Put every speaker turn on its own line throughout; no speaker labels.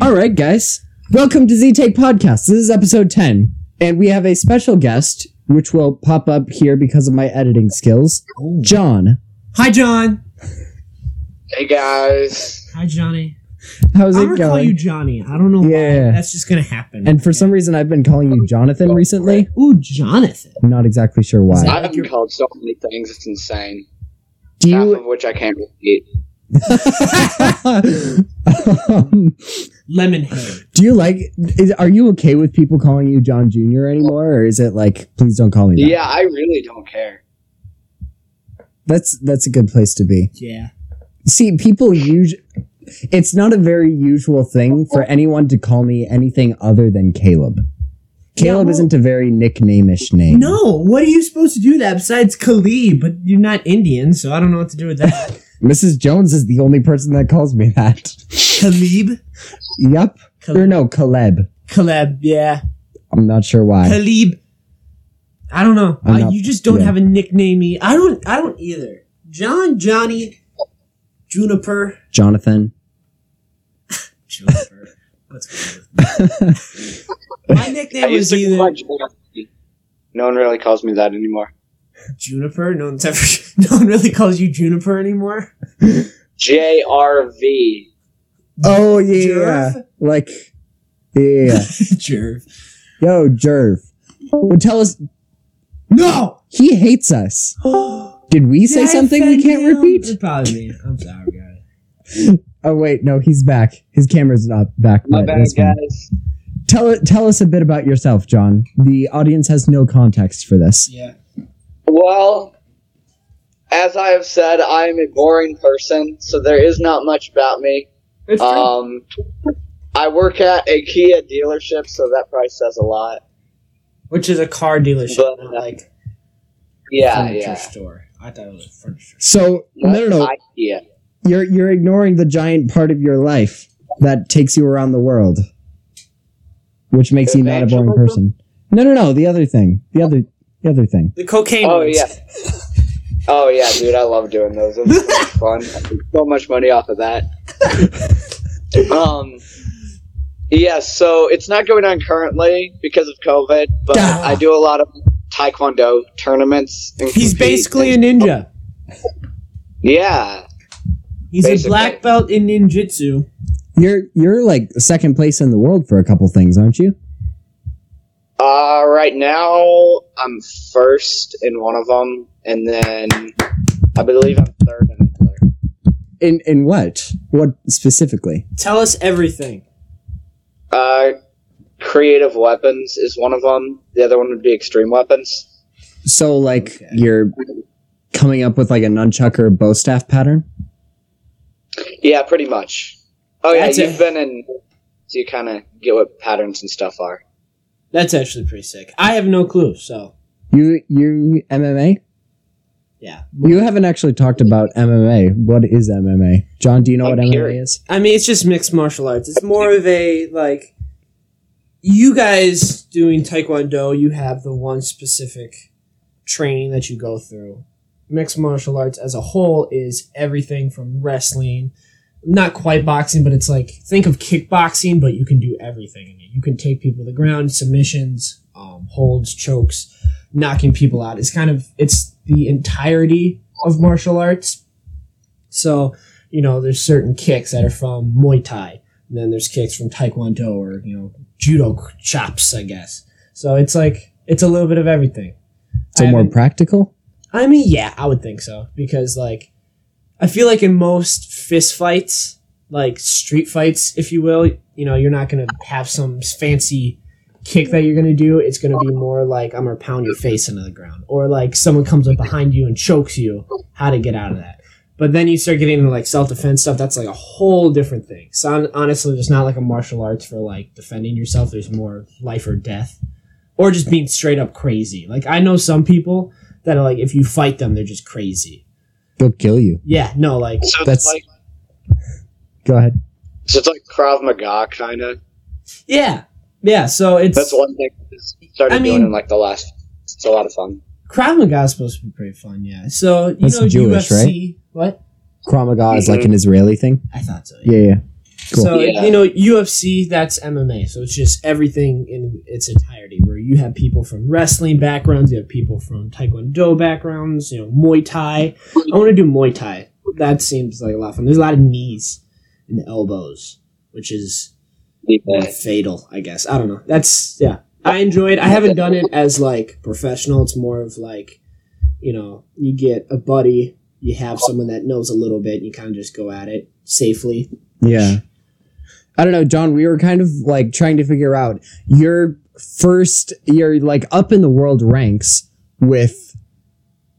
All right, guys. Welcome to Z Take Podcast. This is episode 10. And we have a special guest, which will pop up here because of my editing skills John.
Hi, John.
Hey guys.
Hi, Johnny.
How's
I'm
it
gonna call
going?
you Johnny. I don't know
Yeah.
why. That's just gonna happen.
and for some reason, I've been calling you Jonathan recently.
Ooh, Jonathan.
I'm not exactly sure why.
I've been called so many things, it's insane.
Do
Half
you.
of which I can't repeat.
um,
Lemonhead.
do you like. Is, are you okay with people calling you John Jr. anymore? Or is it like, please don't call me
Yeah.
that?
I really don't care.
That's, that's a good place to be.
Yeah.
See, people use. It's not a very usual thing for anyone to call me anything other than Caleb. Caleb
well-
isn't a very nicknameish name.
No, what are you supposed to do that besides Khalid? But you're not Indian, so I don't know what to do with that.
Mrs. Jones is the only person that calls me that.
Khalib.
Yep. Or
Khalib.
no, Caleb.
Caleb. Yeah.
I'm not sure why.
Khalib. I don't know.
I'm
Uh,
not-
you just don't
yeah.
have a nicknamey. I don't. I don't either. John, Johnny, Juniper.
Jonathan.
Juniper. What's going on? My nickname
I
was
used to
either
call Jonathan. No one really calls me that anymore.
Juniper? No one's ever. No one really calls you Juniper anymore.
J R V.
Oh yeah.
Jerv?
Like yeah.
Jerv.
Yo, Jerv. Well, tell us
No.
he hates us. Did we say something we can't repeat?
It's probably me. I'm sorry, guys.
Oh wait, no, he's back. His camera's not back.
My
but
bad,
that's fine.
guys.
Tell it. Tell us a bit about yourself, John. The audience has no context for this.
Yeah.
Well, as I have said, I am a boring person, so there is not much about me.
It's true.
Um, I work at a Kia dealership, so that probably says a lot.
Which is a car dealership,
but-
not like
Yeah,
furniture
yeah.
store. I thought it was a furniture.
So no, no, no.
Ikea.
You're you're ignoring the giant part of your life that takes you around the world, which makes you not a boring person.
Evangelism?
No, no, no. The other thing. The other. The other thing.
The cocaine.
Oh
ones.
yeah. Oh yeah, dude, I love doing those. Those are so much fun. I make so much money off of that. um Yeah, so it's not going on currently because of COVID, but
Ah.
I do a lot of taekwondo tournaments. and
He's
compete
basically a
and-
ninja.
Yeah.
He's a
Basically.
black belt in ninjutsu.
You're you're like second place in the world for a couple things, aren't you?
Uh right now I'm first in one of them and then I believe I'm third in another.
In in what? What specifically?
Tell us everything.
Uh creative weapons is one of them. The other one would be extreme weapons.
So like
Okay.
you're coming up with like a nunchuck or bow staff pattern.
Yeah, pretty much. Oh
That's
yeah,
it.
you've been in, so you kind of get what patterns and stuff are.
That's actually pretty sick. I have no clue. So
You you MMA?
yeah.
You haven't actually talked about MMA. What is MMA? John, do you know
I'm
what MMA
curious.
is?
I mean, it's just mixed martial arts. It's more of a like you guys doing taekwondo. You have the one specific training that you go through. Mixed martial arts as a whole is everything from wrestling, not quite boxing, but it's like think of kickboxing, but you can do everything in it. You can take people to the ground, submissions, um, holds, chokes, knocking people out. It's kind of it's the entirety of martial arts. So you know, there's certain kicks that are from Muay Thai. And then there's kicks from Taekwondo or, you know, judo chops, I guess. So it's like, it's a little bit of everything.
So
I
more
haven't-
practical?
I mean, yeah, I would think so. Because, like, I feel like in most fist fights, like street fights, if you will, you know, you're not going to have some fancy kick that you're going to do. It's going to be more like, I'm going to pound your face into the ground. Or, like, someone comes up behind you and chokes you. How to get out of that. But then you start getting into like self defense stuff. That's like a whole different thing. So hon- honestly, there's not like a martial arts for like defending yourself. There's more life or death, or just being straight up crazy. Like I know some people that are like, if you fight them, they're just crazy.
They'll kill you.
Yeah, no, like
So
That's-
it's like
Go ahead.
so it's like Krav Maga kind of.
yeah, yeah. So it's
That's one thing I just started
I
doing
mean-
in like the last. It's a lot of fun.
Krav Maga is supposed to be pretty fun. Yeah. So you
That's
know
Jewish,
UFC. What
Kramaga is like
Mhm.
an Israeli thing.
I thought so. yeah.
Yeah, yeah. Cool.
So
Yeah.
you know UFC, that's MMA. So it's just everything in its entirety. Where you have people from wrestling backgrounds, you have people from Taekwondo backgrounds, you know Muay Thai. I want to do Muay Thai. That seems like a lot of fun. There's a lot of knees and elbows, which is
Yeah.
fatal, I guess. I don't know. That's yeah. I enjoyed. I haven't done it as like professional. It's more of like, you know, you get a buddy, you have someone that knows a little bit, and you kind of just go at it safely.
Yeah. I don't know, John, we were kind of like trying to figure out your first you're like up in the world ranks with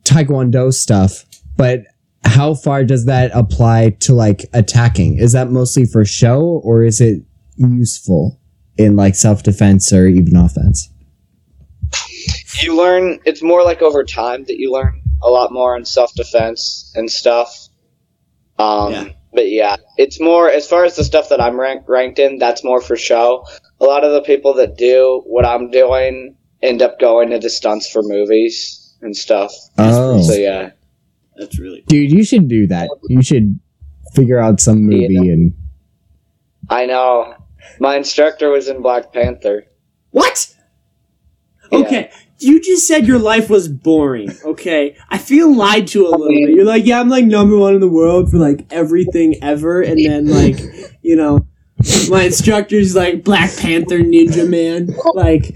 taekwondo stuff, but how far does that apply to like attacking? Is that mostly for show or is it useful in like self-defense or even offense?
You learn. It's more like over time that you learn a lot more on self defense and stuff. Um,
Yeah.
But yeah, it's more as far as the stuff that I'm rank, ranked in. That's more for show. A lot of the people that do what I'm doing end up going into stunts for movies and stuff.
Oh.
So yeah,
That's really
Dude, you should do that. You should figure out some movie
Yeah.
and
I know. My instructor was in Black Panther.
what?
Yeah.
Okay, you just said your life was boring. Okay, I feel lied to a little bit. You're like, yeah, I'm like number one in the world for like everything ever, and then like, you know, my instructor's like Black Panther Ninja Man. Like,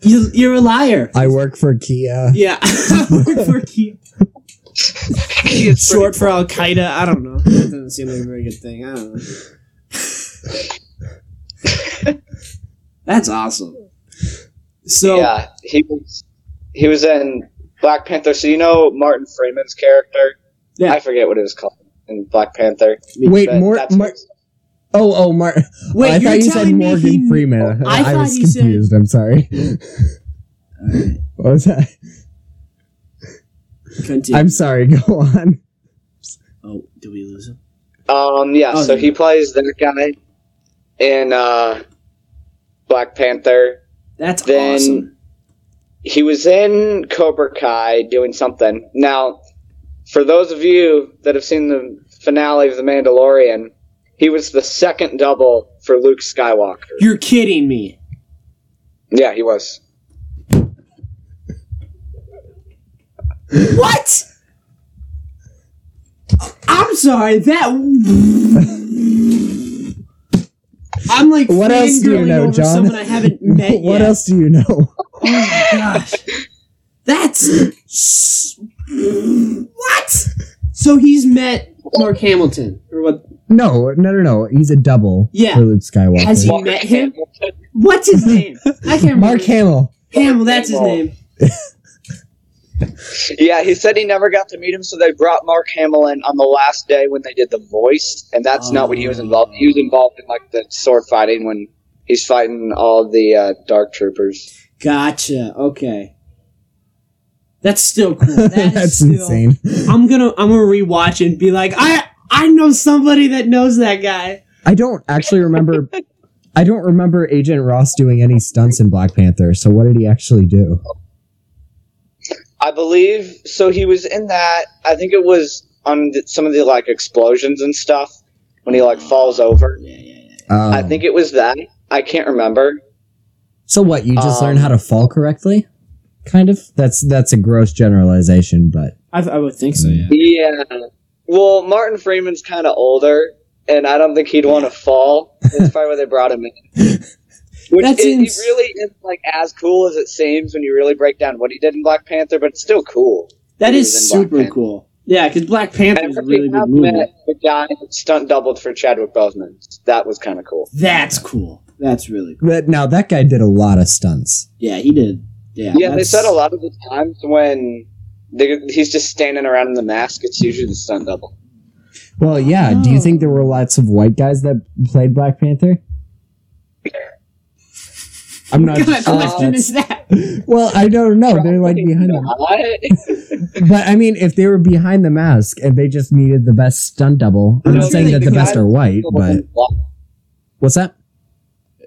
you you're a liar.
I work for Kia.
Yeah, Work for Kia. short for Al Qaeda. I don't know. That doesn't seem like a very good thing. I don't know. That's awesome. So
yeah, he was. He was in Black Panther. So you know Martin Freeman's character.
Yeah.
I forget what it was called in Black Panther.
Wait,
but
more,
that's-
more Oh, oh, Mar-
wait,
I
you're
thought you
telling
said
me
Morgan
he-
Freeman.
I
I,
thought
was
you said-
confused. I'm sorry. what was that?
Continue.
I'm sorry. Go on.
Oh, did we lose him?
Um, yeah,
Oh,
so
yeah.
he plays that guy in uh, Black Panther.
That's
Then-
awesome.
He was in Cobra Kai doing something. Now, for those of you that have seen the finale of The Mandalorian, he was the second double for Luke Skywalker.
You're kidding me.
Yeah, he was.
What? I'm sorry. That. I'm like
What else do you
fangirling
know,
over
John?
Someone I haven't met
what
yet.
else do you know?
Oh my gosh. That's s- what? So he's met Mark Hamilton or what?
No, no, no, no. He's a double
Yeah.
for Luke Skywalker.
Has he
Walker
met him?
Hamilton.
What's his name? I can't remember.
Mark Hamill.
Hamill. That's his name.
Yeah, he said he never got to meet him, so they brought Mark Hamill in on the last day when they did the voice, and that's not what he was involved. He was involved in like the sword fighting when he's fighting all the uh, dark troopers.
Gotcha. Okay. That's still cool. That is
That's
still-
insane.
I'm gonna I'm gonna rewatch and be like, I I know somebody that knows that guy.
I don't actually remember. I don't remember Agent Ross doing any stunts in Black Panther. So what did he actually do?
I believe so. He was in that. I think it was on th- some of the like explosions and stuff when he like falls over.
Yeah, yeah, yeah.
Um,
I think it was that. I can't remember.
So what? You just
Um,
learn how to fall correctly? Kind of. That's that's a gross generalization, but mm.
I, I would think so.
Oh,
Yeah.
Yeah. Well, Martin Freeman's kind of older, and I don't think he'd want to fall. That's probably why they brought him in. Which
That
it,
seems-
it really is like as cool as it seems when you really break down what he did in Black Panther, but it's still cool.
That
He
is
was in Black
super
Panther.
cool. Yeah, because Black Panther is a
And
really
I
big movie.
met the guy that stunt doubled for Chadwick Boseman. That was kind of cool.
That's cool. That's really cool.
But now that guy did a lot of stunts.
Yeah, he did. Yeah,
Yeah, they
that's-
said a lot of the times when they, he's just standing around in the mask, it's usually the stunt double.
Well, yeah. Do you
Oh.
think there were lots of white guys that played Black Panther? I'm not
What kind of
sure. if
question
that's-
is that?
well, I don't
Oh,
know. They're like behind them. But I mean, if they were behind the mask and they just needed the best stunt double, I'm
No,
not saying
really,
that the
the
best
guy-
are white, but what's that?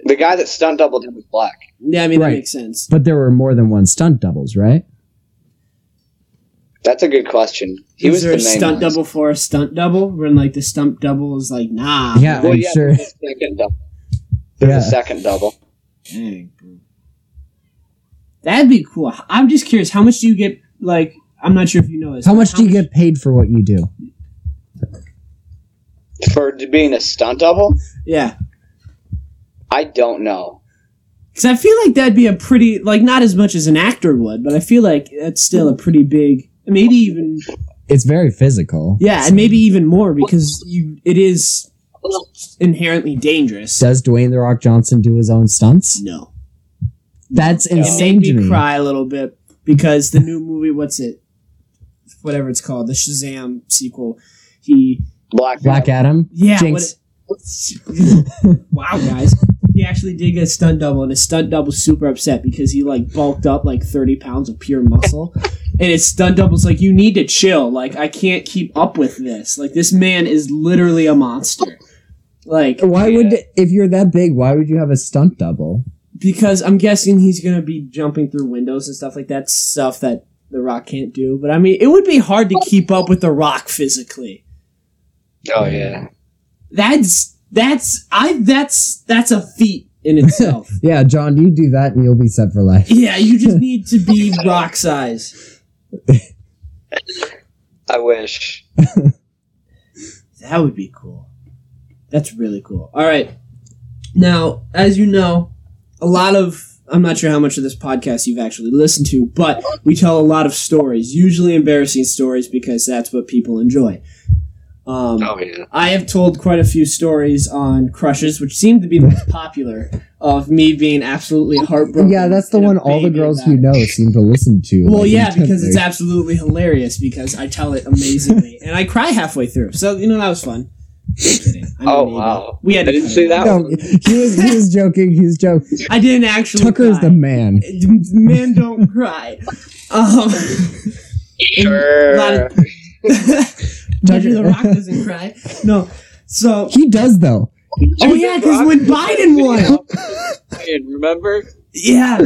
the guy that stunt doubled him was black.
Yeah, I mean
Right.
that makes sense.
But there were more than one stunt doubles, right?
That's a good question. He
is
was
there
the
a
main
stunt
one.
double for a stunt double? When like the stunt double is like nah.
Yeah.
Well,
I'm
yeah,
sure.
there's a second double. There's
Yeah.
a second double.
Dang, bro. That'd be cool. I'm just curious, how much do you get? Like, I'm not sure if you know this.
How
but
much do you get paid for what you do?
For d- being a stunt double,
Yeah,
I don't know.
because I feel like that'd be a pretty like not as much as an actor would, but I feel like that's still a pretty big. Maybe even
It's very physical.
yeah, and maybe even more because you it is inherently dangerous.
Does Dwayne the Rock Johnson do his own stunts?
No,
That's
it made
insane to
me
me.
cry a little bit because the new movie, what's it, whatever it's called, the Shazam sequel, he
Black,
Black Adam.
Yeah.
Jinx.
What wow, guys. He actually did get a stunt double, and his stunt double super upset because he like bulked up like thirty pounds of pure muscle, and his stunt double's like, "You need to chill. Like, I can't keep up with this. Like, this man is literally a monster. Like,
Why would if you're that big? Why would you have a stunt double?
because I'm guessing he's gonna be jumping through windows and stuff like that. Stuff that the Rock can't do. But I mean, it would be hard to keep up with the Rock physically.
Oh yeah.
That's that's I that's that's a feat in itself.
Yeah, John, you do that and you'll be set for life.
yeah, you just need to be rock size.
I wish.
That would be cool. That's really cool. All right. Now, as you know, a lot of I'm not sure how much of this podcast you've actually listened to, but we tell a lot of stories, usually embarrassing stories because that's what people enjoy. Um,
Oh yeah.
I have told quite a few stories on crushes, which seem to be the most popular, of me being absolutely heartbroken.
Yeah, that's the
and a
one all the
baby
girls
about
you
it.
know seem to listen to.
Well,
like,
yeah, because it's
intently.
absolutely hilarious because I tell it amazingly and I cry halfway through. So you know that was fun. Just kidding. I
Oh,
mean,
wow.
we had to
I didn't
cut
see
it out.
that
No, he was he was joking. He was joking.
I didn't actually.
Tucker is
cry.
the man.
men don't cry. Um,
Sure.
lot of- Tucker the Rock doesn't cry. No, so
He does though.
oh yeah, because when Biden won,
Remember?
yeah.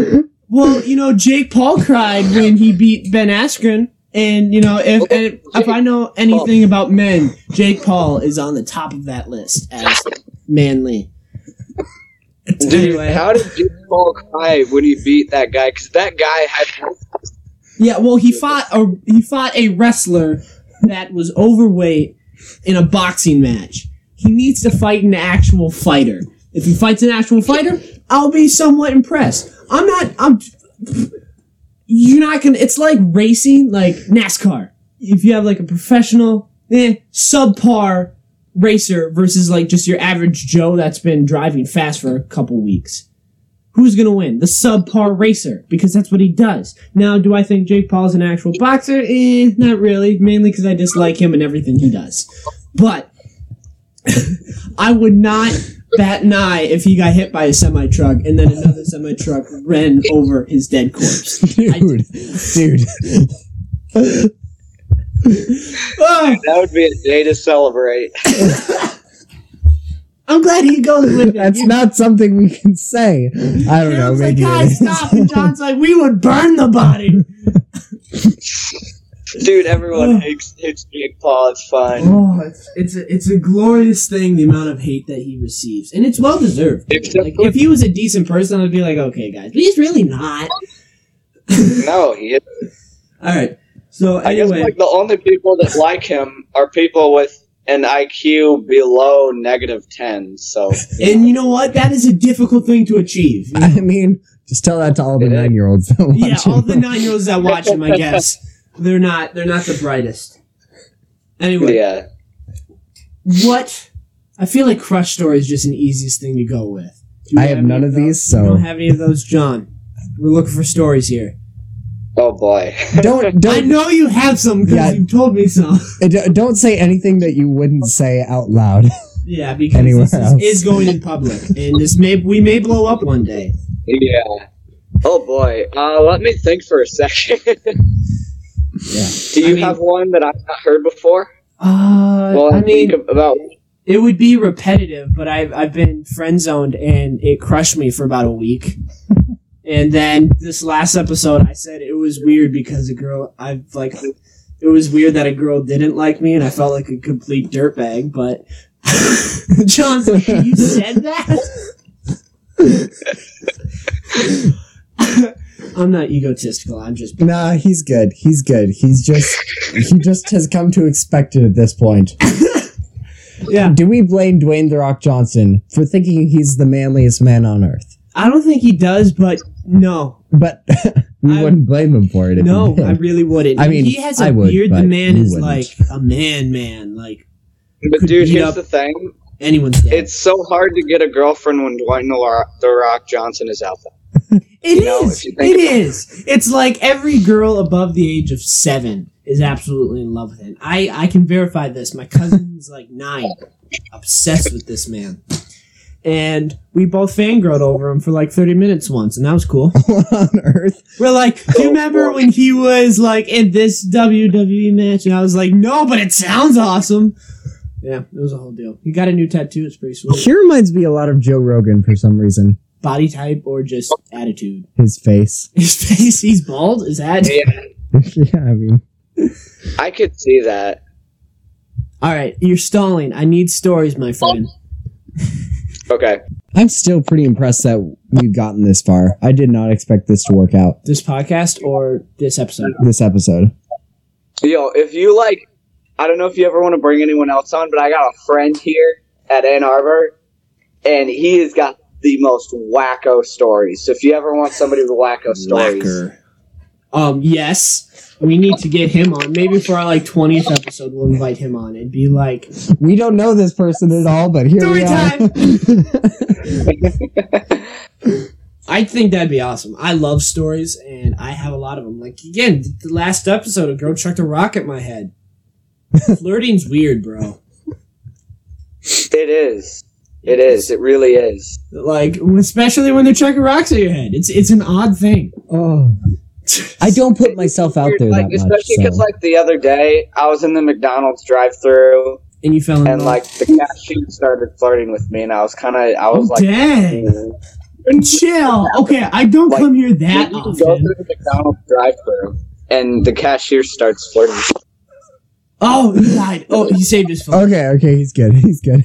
Well, you know, Jake Paul cried when he beat Ben Askren. And you know, if and if I know anything about men, Jake Paul is on the top of that list as manly.
Dude,
Anyway.
how did Jake Paul cry when he beat that guy? Because that guy had
Yeah, well, he fought a he fought a wrestler that was overweight in a boxing match. He needs to fight an actual fighter. If he fights an actual fighter, I'll be somewhat impressed. I'm not. I'm. You're not gonna. It's like racing, like NASCAR. If you have like a professional, eh, subpar racer versus like just your average Joe that's been driving fast for a couple weeks who's going to win? The subpar racer, because that's what he does. Now, do I think Jake Paul's an actual boxer? Eh, not really. Mainly because I dislike him and everything he does. But I would not bat an eye if he got hit by a semi truck and then another semi truck ran over his dead corpse. I-
Dude, dude.
Oh,
that would be a day to celebrate.
I'm glad he goes with it.
That's not something we can say. I don't know.
John's like,
Maybe it
guys,
is.
stop. And John's like, we would burn the body.
Dude, everyone hates, hates Jake Paul. It's fine.
Oh, it's it's a, it's a glorious thing the amount of hate that he receives, and it's well deserved.
Except
Like, if he was a decent person, I'd be like, okay, guys, but he's really not.
No, he is.
All right. So
I guess
anyway,
like the only people that like him are people with an IQ below negative ten. So
and you know what? That is a difficult thing to achieve.
I mean, just tell that to all the
Yeah.
nine-year-olds. That watch
yeah, all the
him.
nine year olds that watch him, I guess, they're not they're not the brightest. Anyway,
yeah,
what? I feel like crush story is just an easiest thing to go with. Do you
I have none
any
of these,
those?
so-
You don't have any of those, John. We're looking for stories here.
oh boy.
don't
I
don't
know you have some because
Yeah.
you've told me some.
uh, d- don't say anything that you wouldn't say out loud.
Yeah, because
Anywhere
this is,
else.
is going in public, and this may we may blow up one day.
yeah. Oh boy. Uh, let me think for a second.
Yeah.
Do you
I mean-
have one that I've not heard before?
Uh,
Well,
I mean,
about
it would be repetitive, but I've I've been friend zoned, and it crushed me for about a week. and then this last episode, I said it was weird because a girl I've like It was weird that a girl didn't like me, and I felt like a complete dirtbag. But John's like, you said that. I'm not egotistical. I'm just
Nah, he's good. He's good. He's just he just has come to expect it at this point.
yeah.
Do we blame Dwayne the Rock Johnson for thinking he's the manliest man on earth?
I don't think he does, but no,
But we
I-
wouldn't blame him for it. If
no,
he did.
I really wouldn't.
I mean,
he has a
I would,
beard. The
but
man
you
is
wouldn't.
like a man, man. Like
But
Could
dude,
beat
here's
up-
the thing:
anyone's dad.
it's so hard to get a girlfriend when Dwayne The Rock- The Rock Johnson is out there.
It
You know,
is.
if you
It
think
is. It's like every girl above the age of seven is absolutely in love with him. I I can verify this. My cousin's like nine, obsessed with this man, and we both fangirled over him for like thirty minutes once, and that was cool.
on earth.
We're like, do you remember
boy.
when he was like in this WWE match? And I was like, no, but it sounds awesome. Yeah, it was a whole deal. He got a new tattoo. It's pretty sweet.
He reminds me a lot of Joe Rogan for some reason.
Body type or just attitude?
His face.
His face. He's bald. Is that?
Yeah,
yeah, I mean,
I could see that.
All right, you're stalling. I need stories, my friend.
Okay,
I'm still pretty impressed that we've gotten this far. I did not expect this to work out
This podcast or this episode?
this episode.
yo, if you like, I don't know if you ever want to bring anyone else on, but I got a friend here at Ann Arbor, and he has got the most wacko stories. So if you ever want somebody with wacko stories,
Slacker. Um, yes, we need to get him on. Maybe for our like twentieth episode, we'll invite him on and be like
We don't know this person at all, but here we
story
are.
time. I think that'd be awesome. I love stories, and I have a lot of them. Like again, th- the last episode, a girl chucked a rock at my head. Flirting's weird, bro.
it is, it is, it really is.
Like especially when they're chucking rocks at your head. It's it's an odd thing.
Oh, I don't put myself out
Weird,
there
like,
that much.
especially
so.
because like the other day, I was in the McDonald's drive-through,
And you fell in
and
Uh-huh.
love.
like the cashier started flirting with me, and I was kind of, I was like.
Oh, dang. Chill. Okay, I don't
Like,
come here that
you can go
often.
through the McDonald's drive-through, and the cashier starts flirting.
Oh, he lied. Oh, he saved his phone.
Okay, okay, he's good. He's good.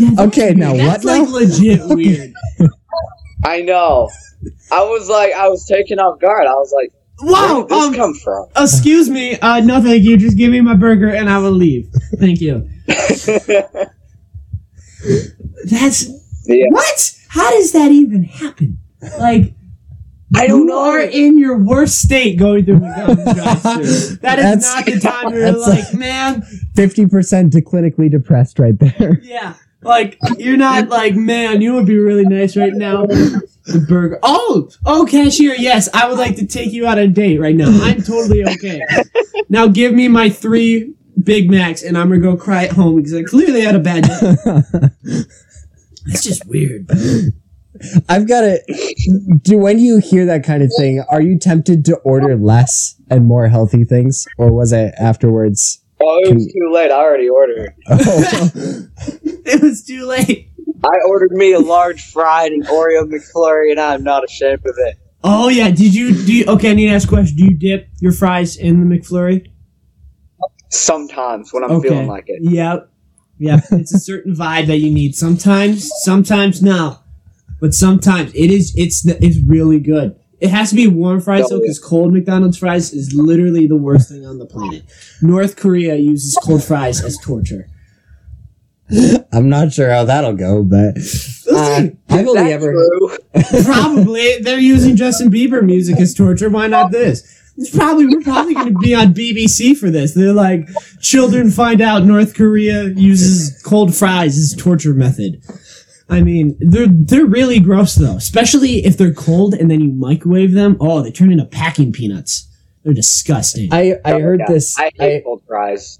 Yeah, that's
Okay,
weird.
now
That's
what
like
now?
legit weird.
I know. I was like, I was taken off guard. I was like, where
Wow.
did this
Um,
come from?
excuse me. Uh, no, thank you. Just give me my burger and I will leave. Thank you. That's
Yeah.
what? How does that even happen? Like.
I don't
you
know.
are in your worst state going through McDonald's drive-through. That is
That's-
not the time you're
that's
like, man,
Fifty percent to clinically depressed, right there.
Yeah. Like you're not like, man, you would be really nice right now. The burger. Oh, oh, cashier. Yes, I would like to take you out on a date right now. I'm totally okay. now give me my three Big Macs, and I'm gonna go cry at home because I clearly had a bad day. That's just weird.
I've got to. Do when you hear that kind of thing, are you tempted to order less and more healthy things, or was it afterwards?
Oh, it was too late. I already ordered.
Oh,
It was too late.
I ordered me a large fried and Oreo McFlurry, and I'm not ashamed of it.
Oh yeah. Did you do? You, okay, I need to ask a question. Do you dip your fries in the McFlurry?
Sometimes when I'm
okay.
feeling like it.
Yep. Yep. it's a certain vibe that you need. Sometimes, sometimes no. But sometimes it is it's the- it's really good. It has to be warm fries
Oh,
though, because cold McDonald's fries is literally the worst thing on the planet. North Korea uses cold fries as torture.
I'm not sure how that'll go, but uh, I've only
That's
ever.
true.
Probably they're using Justin Bieber music as torture. Why not this? It's probably we're probably going to be on BBC for this. They're like, children find out North Korea uses cold fries as torture method. I mean, they're they're really gross though, especially if they're cold and then you microwave them. Oh, they turn into packing peanuts. They're disgusting.
I, I heard
Yeah.
this.
Oh I
I,
hate cold fries.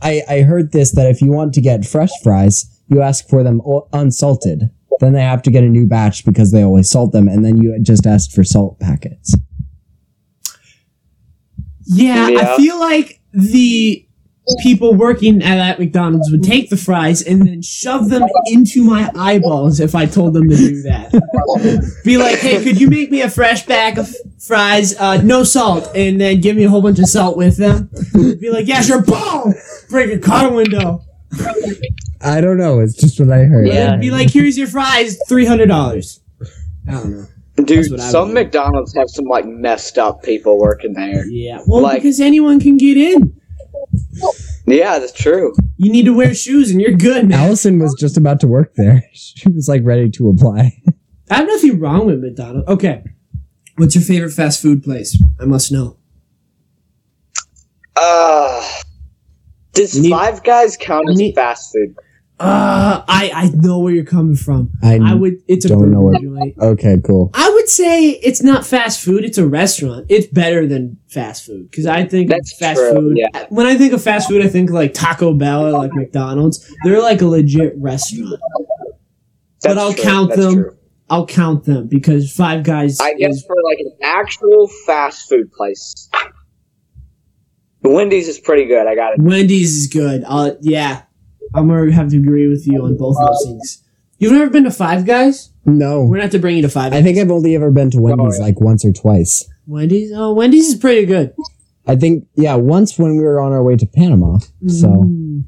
I, I heard this that if you want to get fresh fries, you ask for them o- unsalted. Then they have to get a new batch because they always salt them, and then you just ask for salt packets.
yeah, I
Yeah.
feel like the people working at that McDonald's would take the fries and then shove them into my eyeballs if I told them to do that. Be like, hey, could you make me a fresh bag of fries, uh, no salt, and then give me a whole bunch of salt with them? Be like, yeah, sure, boom! Break a car window.
I don't know. It's just what I heard.
Yeah.
Be like, here's your fries, $300. I don't know. That's
Dude,
what I
some
would do.
McDonald's have some like messed up people working there.
Yeah, well,
Like-
because anyone can get in.
Yeah, that's true.
You need to wear shoes and you're good, man.
Allison was just about to work there. She was like ready to apply.
I have nothing wrong with McDonald's. Okay. What's your favorite fast food place? I must know.
Uh, does
You need-
Five Guys count
you
as
need-
fast food?
Uh, I, I know where you're coming from.
I,
I would, it's a
don't
burger
know what-
joint.
Okay, cool.
I would say it's not fast food, it's a restaurant. It's better than fast food. Because I think of
That's
fast
true,
food.
yeah.
When I think of fast food, I think like Taco Bell or like McDonald's. They're like a legit restaurant. But
That's
I'll
true,
count
that's
them.
true.
I'll count them because Five Guys.
I guess
is-
for like an actual fast food place, Wendy's is pretty good. I got it.
Wendy's is good. Uh, yeah, I'm gonna have to agree with you on both those things. You've never been to Five Guys? We're
No.
gonna have to bring you to Five.
I think I've only ever been
Oh,
to Wendy's
yeah.
like once or twice.
Wendy's. Oh, Wendy's is pretty good.
I think, yeah, once when we were on our way to Panama. So
Mm.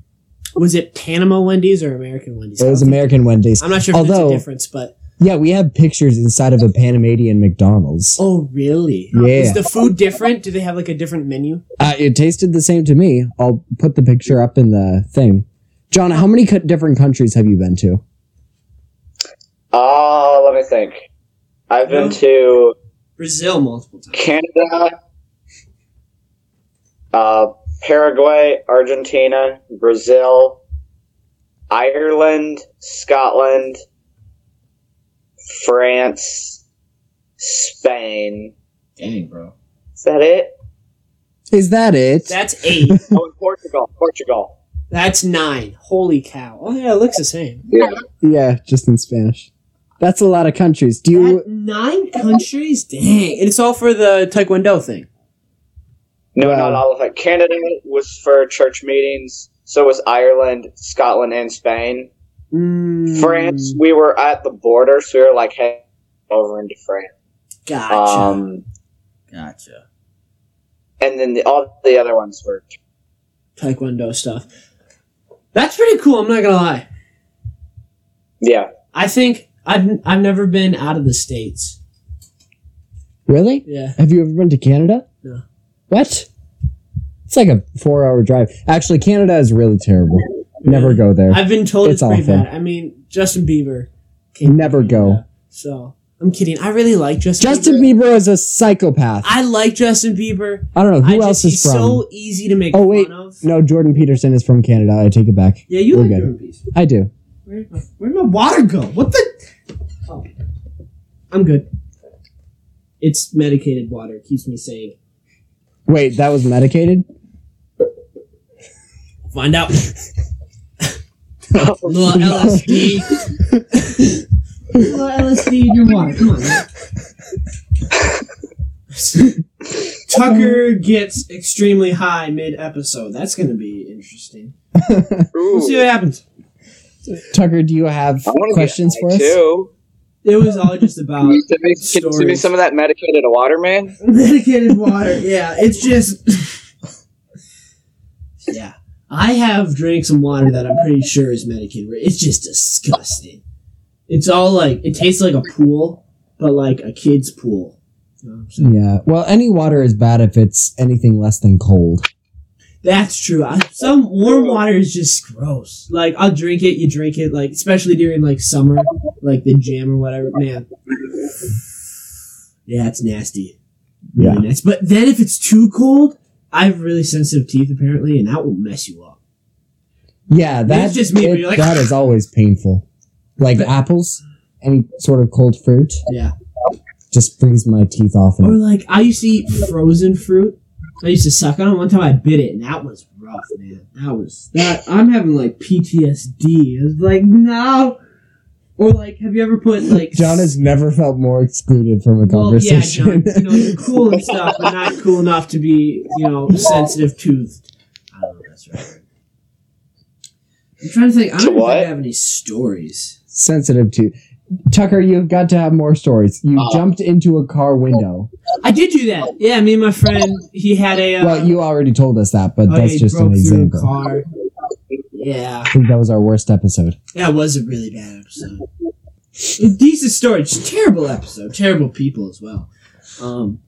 was it Panama Wendy's or American Wendy's?
it was American Wendy's.
I'm not sure if
Although-
there's a difference, but
Yeah, we have pictures inside of a Panamanian McDonald's.
oh really?
Yeah.
Is the food different? Do they have like a different menu?
Uh, it tasted the same to me. I'll put the picture up in the thing. John, how many co- different countries have you been to?
Oh, let me think. I've been
Yeah.
to
Brazil multiple times.
Canada, uh, Paraguay, Argentina, Brazil, Ireland, Scotland, France, Spain.
Dang, bro.
Is that it?
Is that it?
That's eight.
Oh, and Portugal. Portugal.
That's nine. Holy cow! Oh yeah, it looks the same.
Yeah.
yeah, just in Spanish. That's a lot of countries. Do you?
That- nine countries. Dang! And it's all for the Taekwondo thing.
No,
Wow.
not all of it. Canada was for church meetings. So was Ireland, Scotland, and Spain.
Mm,
France, we were at the border, so we were like heading over into France.
Gotcha.
Um,
Gotcha.
and then the, all the other ones were
Taekwondo stuff. That's pretty cool. I'm not gonna lie.
yeah
I think I've I've never been out of the states.
Really?
Yeah.
Have you ever been to Canada?
No.
What? It's like a four-hour drive. Actually, Canada is really terrible. Never go there.
I've been told it's,
It's
pretty
awful.
bad. I mean, Justin Bieber.
Never go.
So I'm kidding. I really like Justin.
Justin
Bieber.
Bieber is a psychopath. I,
I like Justin Bieber.
don't know who
I just,
else
he's
is from.
so easy to make
Oh, wait.
fun of.
no, Jordan Peterson is from Canada. I take it back.
Yeah, you
We're
like
good.
Jordan Peterson.
I do.
Where'd my, where'd my water go? What the? Oh. I'm good. It's medicated water. It keeps me sane.
Wait, that was medicated.
Find out. little LSD. little LSD in your water. Come on. man. Tucker gets extremely high mid episode. That's going to be interesting. We'll see what happens.
Tucker, do you have
I wanna get
questions for
high,
us?
too.
It was all just about
Can you send me- can you send me
stories.
some of that medicated water, man?
medicated water. Yeah, it's just. yeah. I have drank some water that I'm pretty sure is medicated. It's just disgusting. It's all like, it tastes like a pool, but like a kid's pool. You know what I'm saying?
Yeah. Well, any water is bad if it's anything less than cold.
That's true. I, some warm water is just gross. Like I'll drink it, you drink it, like especially during like summer, like the gym or whatever. Man, yeah, it's nasty. Really
Yeah.
nasty. But then if it's too cold, I have really sensitive teeth apparently, and that will mess you up.
Yeah, that's
It's just me, but you're like-
that is always painful. Like
But-
apples, any sort of cold fruit
Yeah.
just brings my teeth off.
Or
And
like I used to eat frozen fruit. I used to suck on it. One time I bit it, and that was rough, man. That was that. I'm having like PTSD. I was like, no. Or like, have you ever put like
John has never felt more excluded from a conversation.
Well, yeah, John, you know, you're cool and stuff, but not cool enough to be, you know, sensitive toothed. I don't know if that's
Gotcha. I'm trying to think. I
To
don't know if I
what?
have any stories.
sensitive to. Tucker, you've got to have more stories. You
Oh.
jumped into a car window.
I did do that. Yeah, me and my friend. He had a. Uh,
well, you already told us that, but
oh, yeah,
that's
he
just an
broke through a
example.
Car. Yeah,
I think that was our worst episode.
that was a really bad episode. Decent story, just terrible episode. Terrible people as well. Um.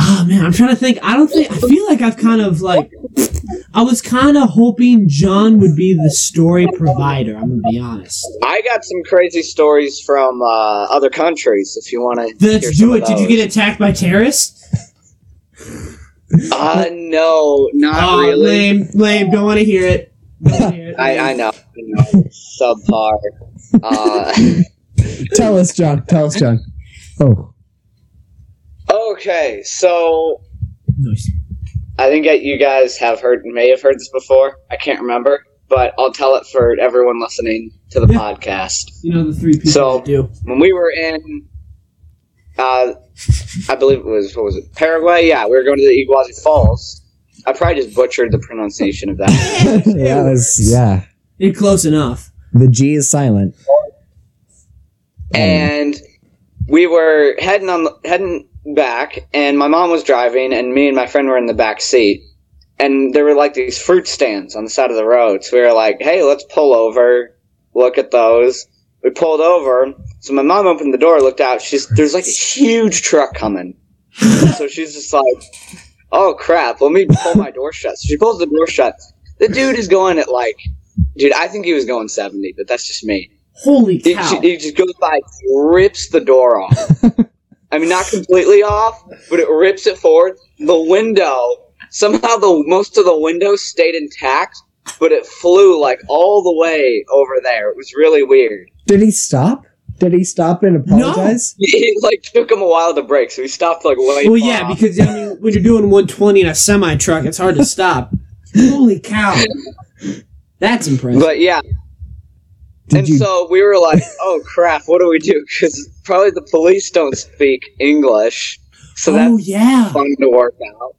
Ah man, I'm trying to think. I don't think. I feel like I've kind of like. I was kind of hoping John would be the story provider. I'm gonna be honest.
I got some crazy stories from uh, other countries. If you want to,
Let's do it. Did you get attacked by terrorists?
Uh, no, not
Aw,
really.
Ah, lame, lame. Don't want to hear it. Don't wanna hear it.
I, I know, I know. subpar. Uh,
Tell us, John. Tell us, John. Oh,
okay, so
Nice.
I think that you guys have heard, may have heard this before. I can't remember, but I'll tell it for everyone listening to the
Yeah.
podcast.
You know the three people
So-
that do.
when we were in, uh, I believe it was what was it Paraguay? Yeah, we were going to the Iguazu Falls. I probably just butchered the pronunciation of that.
that was yeah.
You're close enough.
The G is silent.
and we were heading on heading back, and my mom was driving, and me and my friend were in the back seat. And there were like these fruit stands on the side of the road, so we were like, "Hey, let's pull over, look at those." We pulled over, so my mom opened the door, looked out. She's there's like a huge truck coming, so she's just like, "Oh crap, let me pull my door shut." So she pulls the door shut. The dude is going at like, dude, I think he was going seventy, but that's just me.
Holy
He,
cow!
he just goes by, rips the door off. I mean, not completely off, but it rips it forward. The window somehow the most of the window stayed intact, but it flew like all the way over there. It was really weird.
Did he stop? Did he stop and
No.
apologize?
It like took him a while to break, so he stopped like way.
well,
far
yeah,
off.
because I mean, when you're doing 120 in a semi truck, it's hard to stop. Holy cow! That's impressive.
But yeah,
Did
and
you?
so we were like, "Oh crap, what do we do?" Because probably the police don't speak English, so that's
oh yeah,
fun to work out.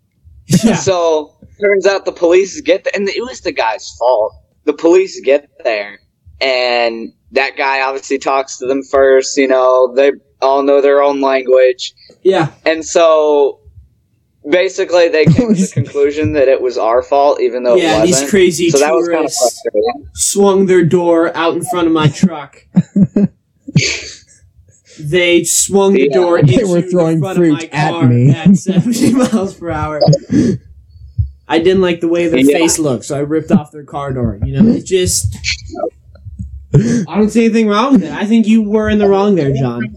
yeah.
So turns out the police get there, and it was the guy's fault. The police get there, and that guy obviously talks to them first. You know, they all know their own language,
yeah.
and so basically they came to the conclusion that it was our fault, even though
Yeah,
it
these
wasn't.
crazy
so that was kind of
tourists
frustrating.
swung their door out in front of my truck. they swung the
Yeah.
door
They
into
were throwing
the front
fruit
of my
at
car
me.
at 70 miles per hour. I didn't like the way their
Yeah.
face looked, so I ripped off their car door. You know, it just. I don't see anything wrong with it. I think you were in the wrong there, John.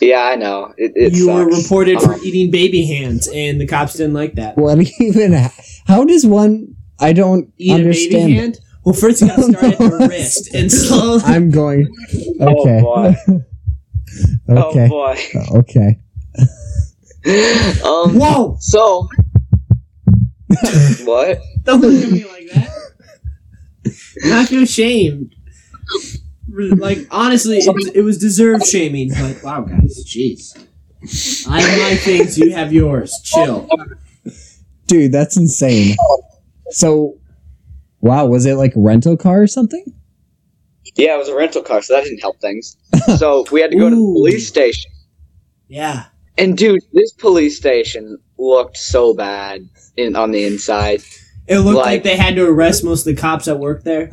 Yeah, I know. It, it
you were
sucks.
reported for
Um,
eating baby hands, and the cops didn't like that.
What even? ha- How does one? I don't
Eat a
understand.
baby hand? Well, first you gotta start at the wrist, and slowly.
I'm going.
Oh,
Okay.
boy.
okay.
Oh boy.
Okay.
Um.
Whoa!
So. what?
Don't look at me like that. I feel shamed. Re- Like honestly, it, it was deserved shaming. But wow, guys, jeez. I have my things, you have yours. Chill.
Dude, that's insane. So, wow, was it like a rental car or something?
Yeah, it was a rental car, so that didn't help things. so we had to go to the
Ooh.
police station.
Yeah.
And dude, this police station looked so bad in on the inside.
It looked like,
Like-
they had to arrest most of the cops that worked there.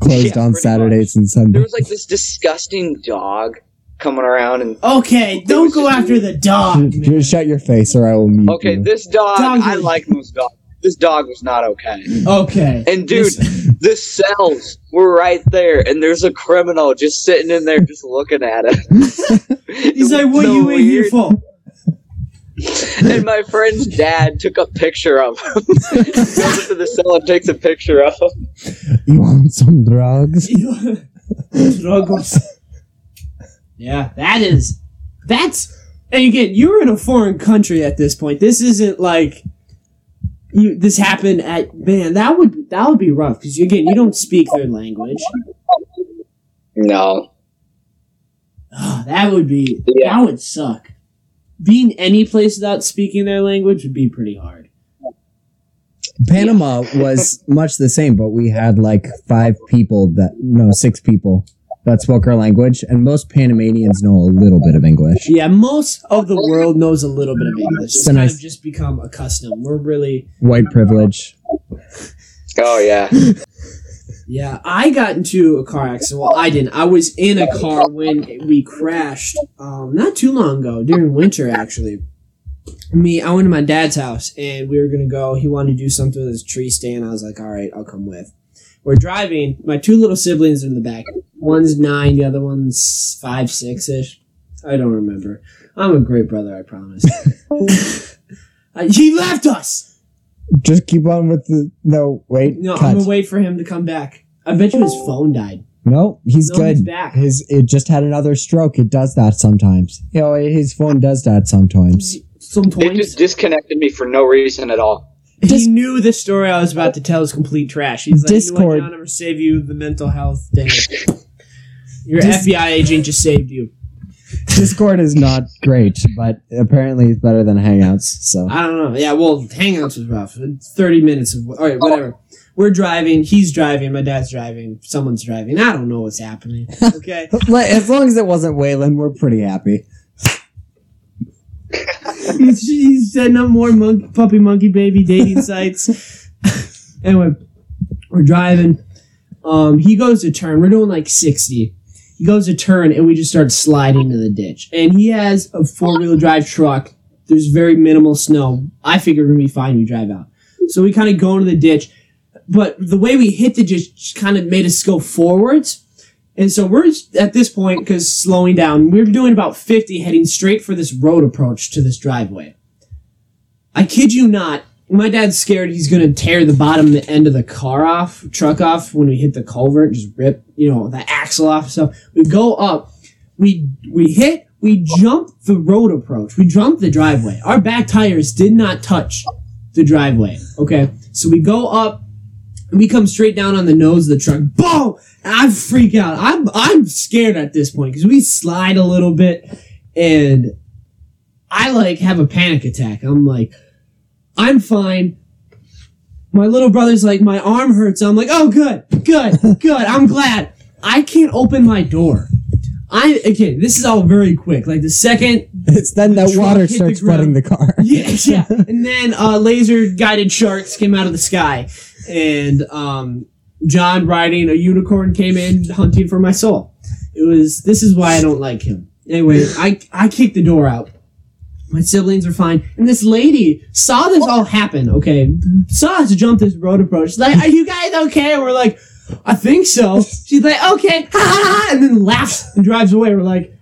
Closed
Yeah,
on
pretty
Saturdays and
There
Sundays.
was like this disgusting dog coming around and
Okay, don't go after the dog.
Just-
man.
just shut your face or I will mute
Okay,
you.
this dog,
Mm-hmm. Dog
I
is-
like most dogs. This dog was not okay.
Okay.
And dude, the cells were right there and there's a criminal just sitting in there just looking at us.
he's like, "What you in here for?"
And my friend's dad took a picture of him. Goes to the cell and takes a picture of him.
You want some drugs?
Drugos. Yeah, that is. That's. And again, you're in a foreign country at this point. This isn't like. You, this happened at man. That would that would be rough because again, you don't speak their language.
No.
Oh, that would be
Yeah.
that would suck. Being any place without speaking their language would be pretty hard.
Panama was much the same, but we had like five people that no six people that spoke our language, and most Panamanians know a little bit of English.
Yeah, most of the world knows a little bit of English. It's
Then I
kind
s-
of just become accustomed. We're really
White privilege.
Oh yeah.
Yeah, I got into a car accident. Well, I didn't. I was in a car when we crashed. Um, not too long ago, during winter actually. Me, I went to my dad's house and we were gonna go. He wanted to do something with his tree stand. I was like, "All right, I'll come with." We're driving. My two little siblings are in the back. One's nine, the other one's five, six ish. I don't remember. I'm a great brother, I promise. Uh, he left us.
Just keep on with the no. Wait,
No,
cut.
I'm gonna wait for him to come back. I bet you his phone died.
no, he's
No,
good.
he's back.
His it just had another stroke. It does that sometimes. You know, his phone does that sometimes.
some
It
points.
just disconnected me for no reason at all.
Dis-
he knew the story I was about to tell is complete trash. He's like,
Discord.
Discord. you know what, John, I'm gonna save you the mental health thing. Your
Dis-
FBI agent just saved you.
Discord is not great, but apparently it's better than Hangouts. So
I don't know. Yeah, well, Hangouts was rough. Thirty minutes of all right, whatever. We're driving. He's driving. My dad's driving. Someone's driving. I don't know what's happening. Okay.
Like, as long as it wasn't Waylon, we're pretty happy.
he's, he's setting up more monk, puppy monkey baby dating sites. anyway, we're driving. Um, he goes to turn. We're doing like sixty. He goes to turn, and we just start sliding to the ditch. And he has a four wheel drive truck. There's very minimal snow. I figure we're gonna be fine. We drive out. So we kind of go into the ditch, but the way we hit the ditch kind of made us go forwards. And so we're just- at this point because slowing down, we're doing about 50 heading straight for this road approach to this driveway. I kid you not, my dad's scared he's going to tear the bottom end of the car off, truck off when we hit the culvert, just rip, you know, the axle off. So we go up, we we hit, we jump the road approach. We jump the driveway. Our back tires did not touch the driveway. Okay. So we go up and we come straight down on the nose of the truck. Boom! And I freak out. I'm I'm scared at this point because we slide a little bit, and I like have a panic attack. I'm like, I'm fine. My little brother's like, my arm hurts. I'm like, oh good, good, good. I'm glad. I can't open my door. I again, this is all very quick. Like the second
It's then that
Truck
water
hit the
starts
ground.
flooding the car.
yeah, yeah. And then uh, laser guided sharks came out of the sky, and um, John riding a unicorn came in hunting for my soul. It was this is why I don't like him. Anyway, I I kicked the door out. My siblings are fine, and this lady saw this all happen. Okay, saw us jump this road approach. She's like, "Are you guys okay?" And we're like, "I think so." She's like, "Okay," and then laughs and drives away. We're like,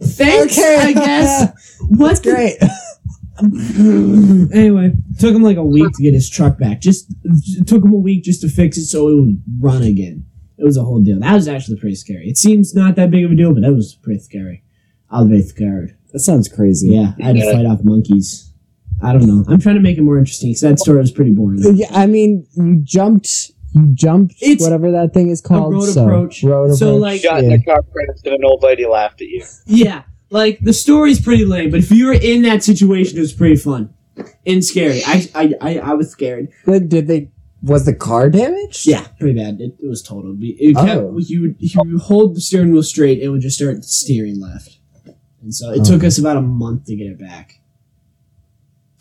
"Thanks,
Okay.
I guess." What the
Great.
anyway, took him like a week to get his truck back. Just it took him a week just to fix it so it would run again. It was a whole deal. That was actually pretty scary. It seems not that big of a deal, but that was pretty scary. I was very scared.
That sounds crazy.
Yeah, I had to fight off monkeys. I don't know. I'm trying to make it more interesting because that story was pretty boring.
Yeah, I mean, you jumped, you jumped,
It's
whatever that thing is called.
road
so,
approach.
Road approach.
So, like-
Got in
yeah.
the car crashed and an old lady laughed at you.
Yeah, like the story's pretty lame, but if you were in that situation, it was pretty fun and scary. I I, I, I was scared.
Did- did they? Was the car damaged?
Yeah, pretty bad. It, it was total. It it kept,
Oh.
you, would, you would hold the steering wheel straight and it would just start steering left. And so it
Oh.
took us about a month to get it back.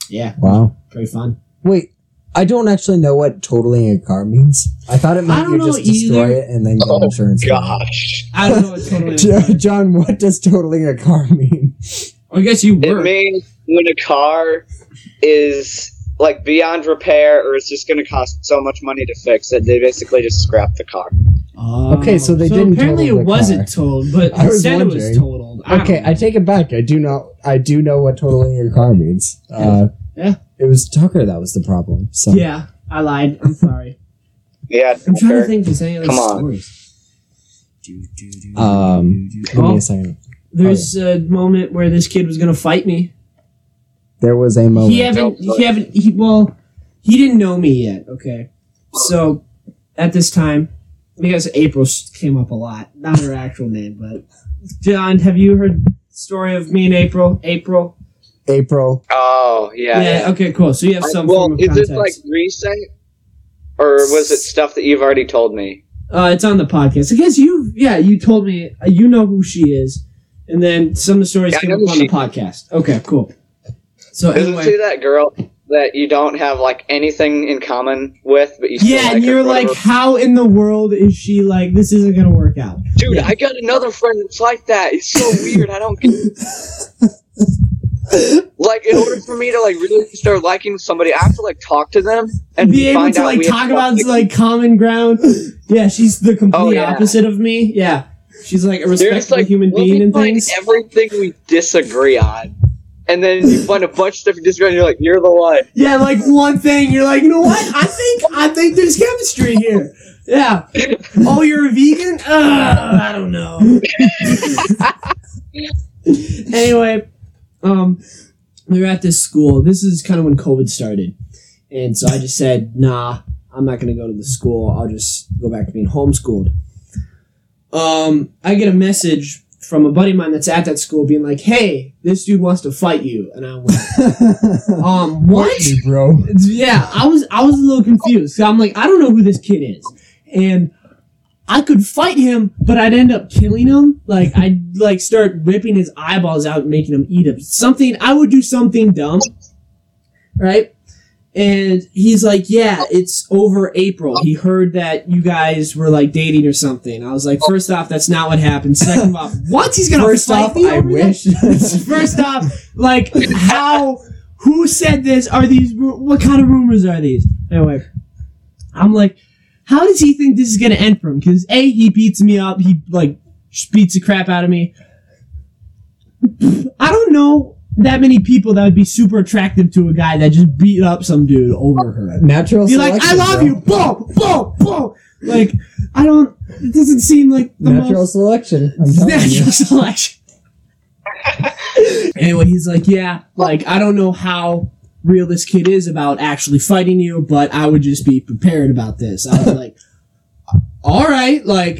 Yeah,
Wow.
pretty fun.
Wait, I don't actually know what totaling a car means. I thought it
I
meant
don't
you
know
just destroy
either.
it and then get
Oh,
insurance.
Gosh.
I don't know what totally.
Jo- John, what does totaling a car mean?
I guess you
It
were.
means when a car is like beyond repair or it's just going to cost so much money to fix that they basically just scrap the car.
Oh,
Okay, so they didn't
Apparently,
total
it
the
wasn't totaled, but
I
I
was
said it was
wondering.
totaled. I
Okay,
don't know.
I take it back. I do know. I do know what totaling your car means. Uh,
Yeah.
It was Tucker that was the problem. So
yeah, I lied. I'm sorry.
Yeah.
I'm trying
sure.
to think if there's any other
Come on.
stories.
Um, give me a second.
There's a moment where this kid was gonna fight me.
There was a moment.
He haven't.
Nope.
He haven't. He, well, he didn't know me yet. Okay, so at this time, because April s- came up a lot, not her actual name, but John, have you heard the story of me and April? April,
April.
Oh yeah.
yeah, Okay. Cool. So you have
I-
some
well,
form of
is
context.
it like recent, or was it stuff that you've already told me?
uh, it's on the podcast. I guess you. Yeah, you told me uh, you know who she is, and then some of the stories
Yeah, I
came
know
up
who
on the
she-
podcast. Okay. Cool. So
Isn't
anyway,
she that girl that you don't have like anything in common with, but you still
yeah,
like
and
her
you're
for
like,
whatever-
how in the world is she like? This isn't gonna work out.
dude,
yeah.
I got another friend that's like that. He's so weird. I don't get. it." like, in order for me to like really start liking somebody, I have to like talk to them and
be able
find
to
out
like
we have
talk about
something-
like common ground. Yeah, she's the complete
Oh, yeah.
opposite of me. Yeah, she's like a
They're just
respectable
like
human
let
being
me
and
find
things.
Everything we disagree on, and then you find a bunch of stuff you disagree on. And you're like, you're the one.
yeah, like one thing, you're like, you know what? I think I think there's chemistry here. Yeah. Oh, you're a vegan? Uh, I don't know. anyway, um, we were at this school. This is kind of when COVID started, and so I just said, nah, I'm not gonna go to the school. I'll just go back to being homeschooled. um, I get a message from a buddy of mine that's at that school being like, "Hey, this dude wants to fight you," and I went, "Um, what?"
Hey, bro.
Yeah, I was I was a little confused. So I'm like, I don't know who this kid is, and I could fight him, but I'd end up killing him. Like I'd like start ripping his eyeballs out and making him eat him. Something I would do something dumb, right? And he's like, yeah, it's over April. He heard that you guys were like dating or something. I was like, first off, that's not what happened. Second off, what he's gonna
First
fight
off,
me
I
over that?
wish.
First off, like how who said this? Are these ru- what kind of rumors are these? Anyway, I'm like, how does he think this is gonna end for him? Because a he beats me up, he like sh- beats the crap out of me. I don't know that many people that would be super attractive to a guy that just beat up some dude over her.
Natural.
Be like, I
selection,
love
bro.
you, boom, boom, boom. Like, I don't. It doesn't seem like the most
Natural selection. I'm telling you.
natural selection. anyway, he's like, yeah, like I don't know how real this kid is about actually fighting you, but I would just be prepared about this. I was like, all right, like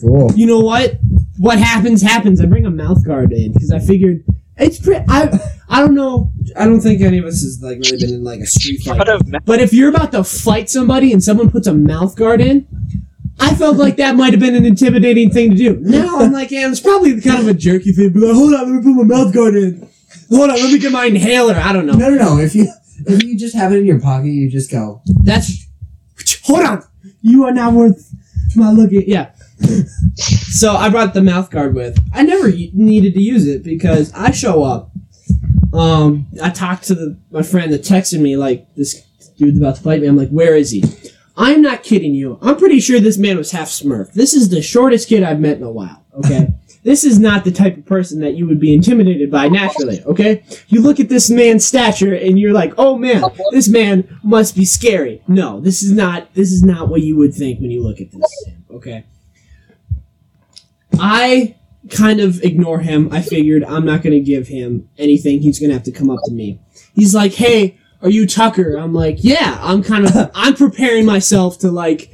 Cool.
you know what? What happens happens. I bring a mouth guard in because I figured it's pretty. I I don't know. I don't think any of us has like really been in like a street fight. But if you're about to fight somebody and someone puts a mouth guard in, I felt like that might have been an intimidating thing to do. Now I'm like, yeah, it's probably kind of a jerky thing. But like, hold on, let me put my mouth guard in. Hold on, let me get my inhaler. I don't know.
No, no, no. If you if you just have it in your pocket, you just go.
That's hold on. You are not worth my looking. Yeah. so I brought the mouth guard with. I never u- needed to use it because I show up. Um, I talked to the my friend that texted me like this dude's about to fight me. I'm like, where is he? I'm not kidding you. I'm pretty sure this man was half Smurf. This is the shortest kid I've met in a while. Okay. This is not the type of person that you would be intimidated by naturally, okay? You look at this man's stature and you're like, "Oh man, this man must be scary." No, this is not this is not what you would think when you look at this, okay? I kind of ignore him. I figured I'm not going to give him anything. He's going to have to come up to me. He's like, "Hey, are you Tucker?" I'm like, "Yeah, I'm kind of I'm preparing myself to like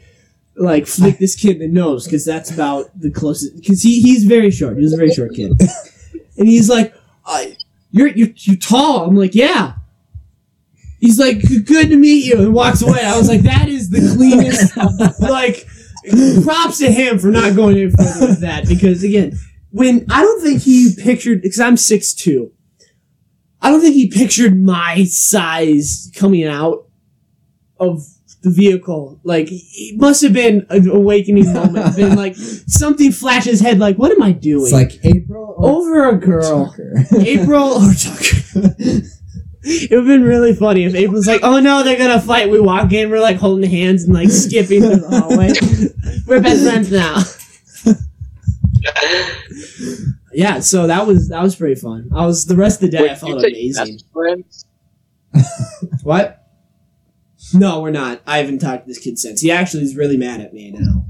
like flick this kid in the nose because that's about the closest because he he's very short. He's a very short kid, and he's like, I, "You're you're you're tall." I'm like, "Yeah." He's like, "Good to meet you," and walks away. I was like, "That is the cleanest." like, props to him for not going any further with that because again, when I don't think he pictured because I'm six two. I don't think he pictured my size coming out of the vehicle. Like it must have been an awakening moment. been like something flashed his head. Like what am I doing?
It's like April or
over a Oh, girl.
Tucker.
April or Tucker. it would have been really funny if April's like, oh no, they're gonna fight. We walk in, we're like holding hands and like skipping through the hallway. we're best friends now. yeah, so that was that was pretty fun. I was the rest of the day I
Wait, you
felt
say
amazing.
best friends?
What? No, we're not. I haven't talked to this kid since. He actually is really mad at me now.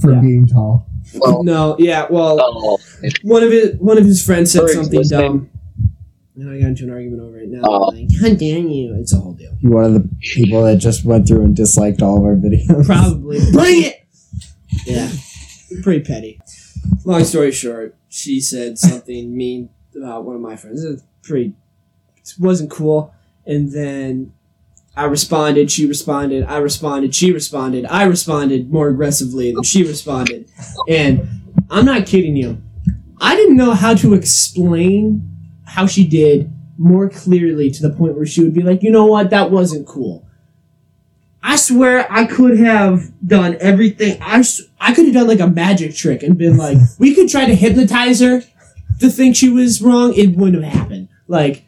for
yeah.
being tall.
Well,
no, yeah, well,
oh,
one of his one of his friends said
Sorry,
something
listening.
dumb, and I got into an argument over it. Now,
Oh.
I'm like, how dare you? It's a whole deal.
You're one of the people that just went through and disliked all of our videos.
Probably bring it. Yeah, pretty petty. Long story short, she said something mean about one of my friends. It's pretty wasn't cool. And then I responded, she responded, I responded, she responded, I responded more aggressively than she responded. And I'm not kidding you. I didn't know how to explain how she did more clearly to the point where she would be like, you know what, that wasn't cool. I swear I could have done everything. I, s- I could have done like a magic trick and been like, we could try to hypnotize her to think she was wrong. It wouldn't have happened. Like,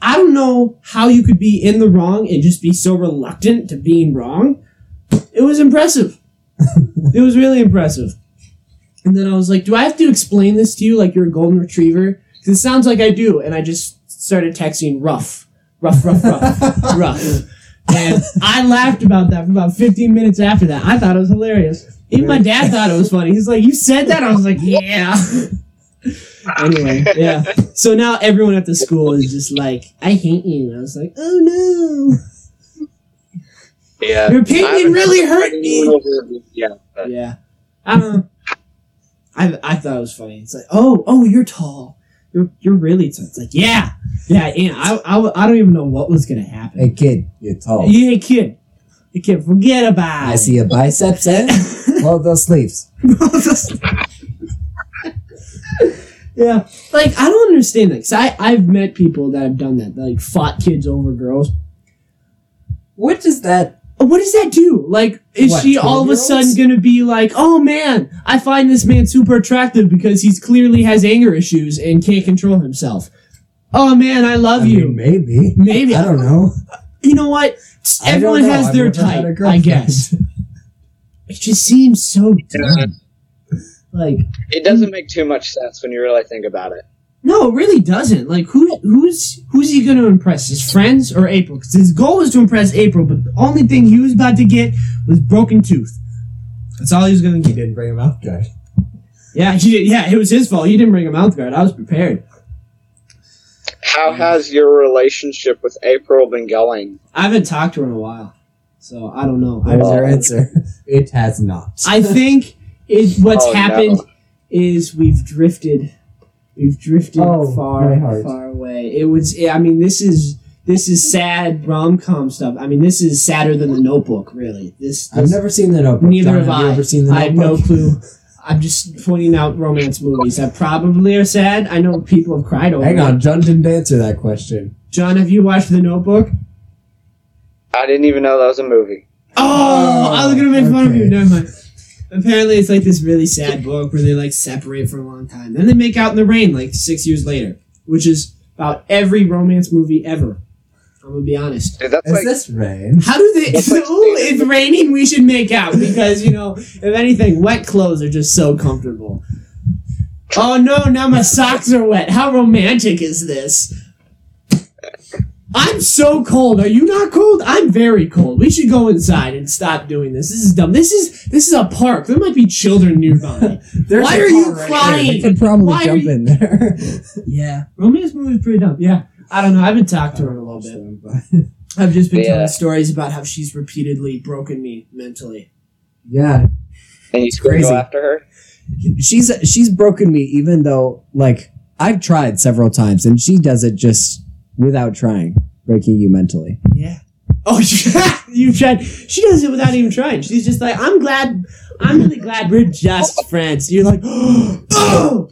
I don't know how you could be in the wrong and just be so reluctant to being wrong. It was impressive. it was really impressive. And then I was like, do I have to explain this to you like you're a golden retriever? Because it sounds like I do. And I just started texting rough, rough, rough, rough, rough. And I laughed about that for about 15 minutes after that. I thought it was hilarious. Even my dad thought it was funny. He's like, you said that? I was like, yeah. anyway, yeah. So now everyone at the school is just like, I hate you. And I was like, oh
Yeah.
Your opinion
I haven't
really
had
hurt me.
anyone- Yeah.
no. Yeah. I don't know. I, I thought it was funny. It's like, oh, oh, you're tall. You're, you're really tall. It's like, yeah. Yeah, and I, I, I don't even know what was going to happen.
Hey kid, you're tall.
You ain't kid. You can't forget about
Oh. I see your biceps and
eh?
well those sleeves.
yeah. Like, I don't understand that. Cause I, I've met people that have done that, that, like, fought kids over girls.
What does that?
What does that do? Like, is
What,
she all of a
12-year-olds?
sudden going to be like, oh man, I find this man super attractive because he's clearly has anger issues and can't control himself? Oh man, I love
I
you.
mean, maybe.
Maybe.
I don't know.
you know what?
I don't
Everyone
know.
has
I've
their
never had a
type, I
girlfriend.
guess. It just seems so dumb. Like,
It doesn't make too much sense when you really think about it.
No, it really doesn't. Like, who, who's who's he going to impress? His friends or April? Because his goal was to impress April, but the only thing he was about to get was broken tooth. That's all he was going to
You
get.
didn't bring him out, guys.
Yeah, he did. Yeah, it was his fault. He didn't bring a mouth guard. I was prepared.
How
Mm.
has your relationship with April been going?
I haven't talked to her in a while, so I don't know. I,
There's your answer. It has not.
I think it, what's
Oh, no.
happened is we've drifted. We've drifted
Oh,
far,
my heart.
far away. It was. I mean, this is this is sad rom com stuff. I mean, this is sadder than The Notebook. Really, this.
I've
this-
never seen the notebook.
Neither
John,
have
you
I.
ever seen the
I have no
notebook?
clue. I'm just pointing out romance movies that probably are sad. I know people have cried over.
Hang
it.
on, John didn't answer that question.
John, have you watched The Notebook?
I didn't even know that was a movie.
Oh, I was gonna make fun of you.
okay.
Never mind. Apparently, it's like this really sad book where they like separate for a long time, then they make out in the rain like six years later, which is about every romance movie ever. I'm gonna be honest.
Dude, that's
Is
like
this rain?
How do they?
That's like-
Ooh, it's raining. We should make out because you know, if anything, wet clothes are just so comfortable. Oh no! Now my socks are wet. How romantic is this? I'm so cold. Are you not cold? I'm very cold. We should go inside and stop doing this. This is dumb. This is this is a park. There might be children nearby.
There's
Why
a
are you
car right
crying?
there. They could probably
Why are
jump
you-
in there.
yeah, romance movie's pretty dumb. Yeah, I don't know. I haven't talked to her in a little bit. I've just been
Yeah.
telling stories about how she's repeatedly broken me mentally.
yeah,
and you still
crazy.
go after her.
she's she's broken me even though like I've tried several times and she does it just without trying, breaking you mentally.
Yeah. Oh, yeah, you tried. She does it without even trying. She's just like, I'm glad. I'm really glad we're just friends. You're like, oh,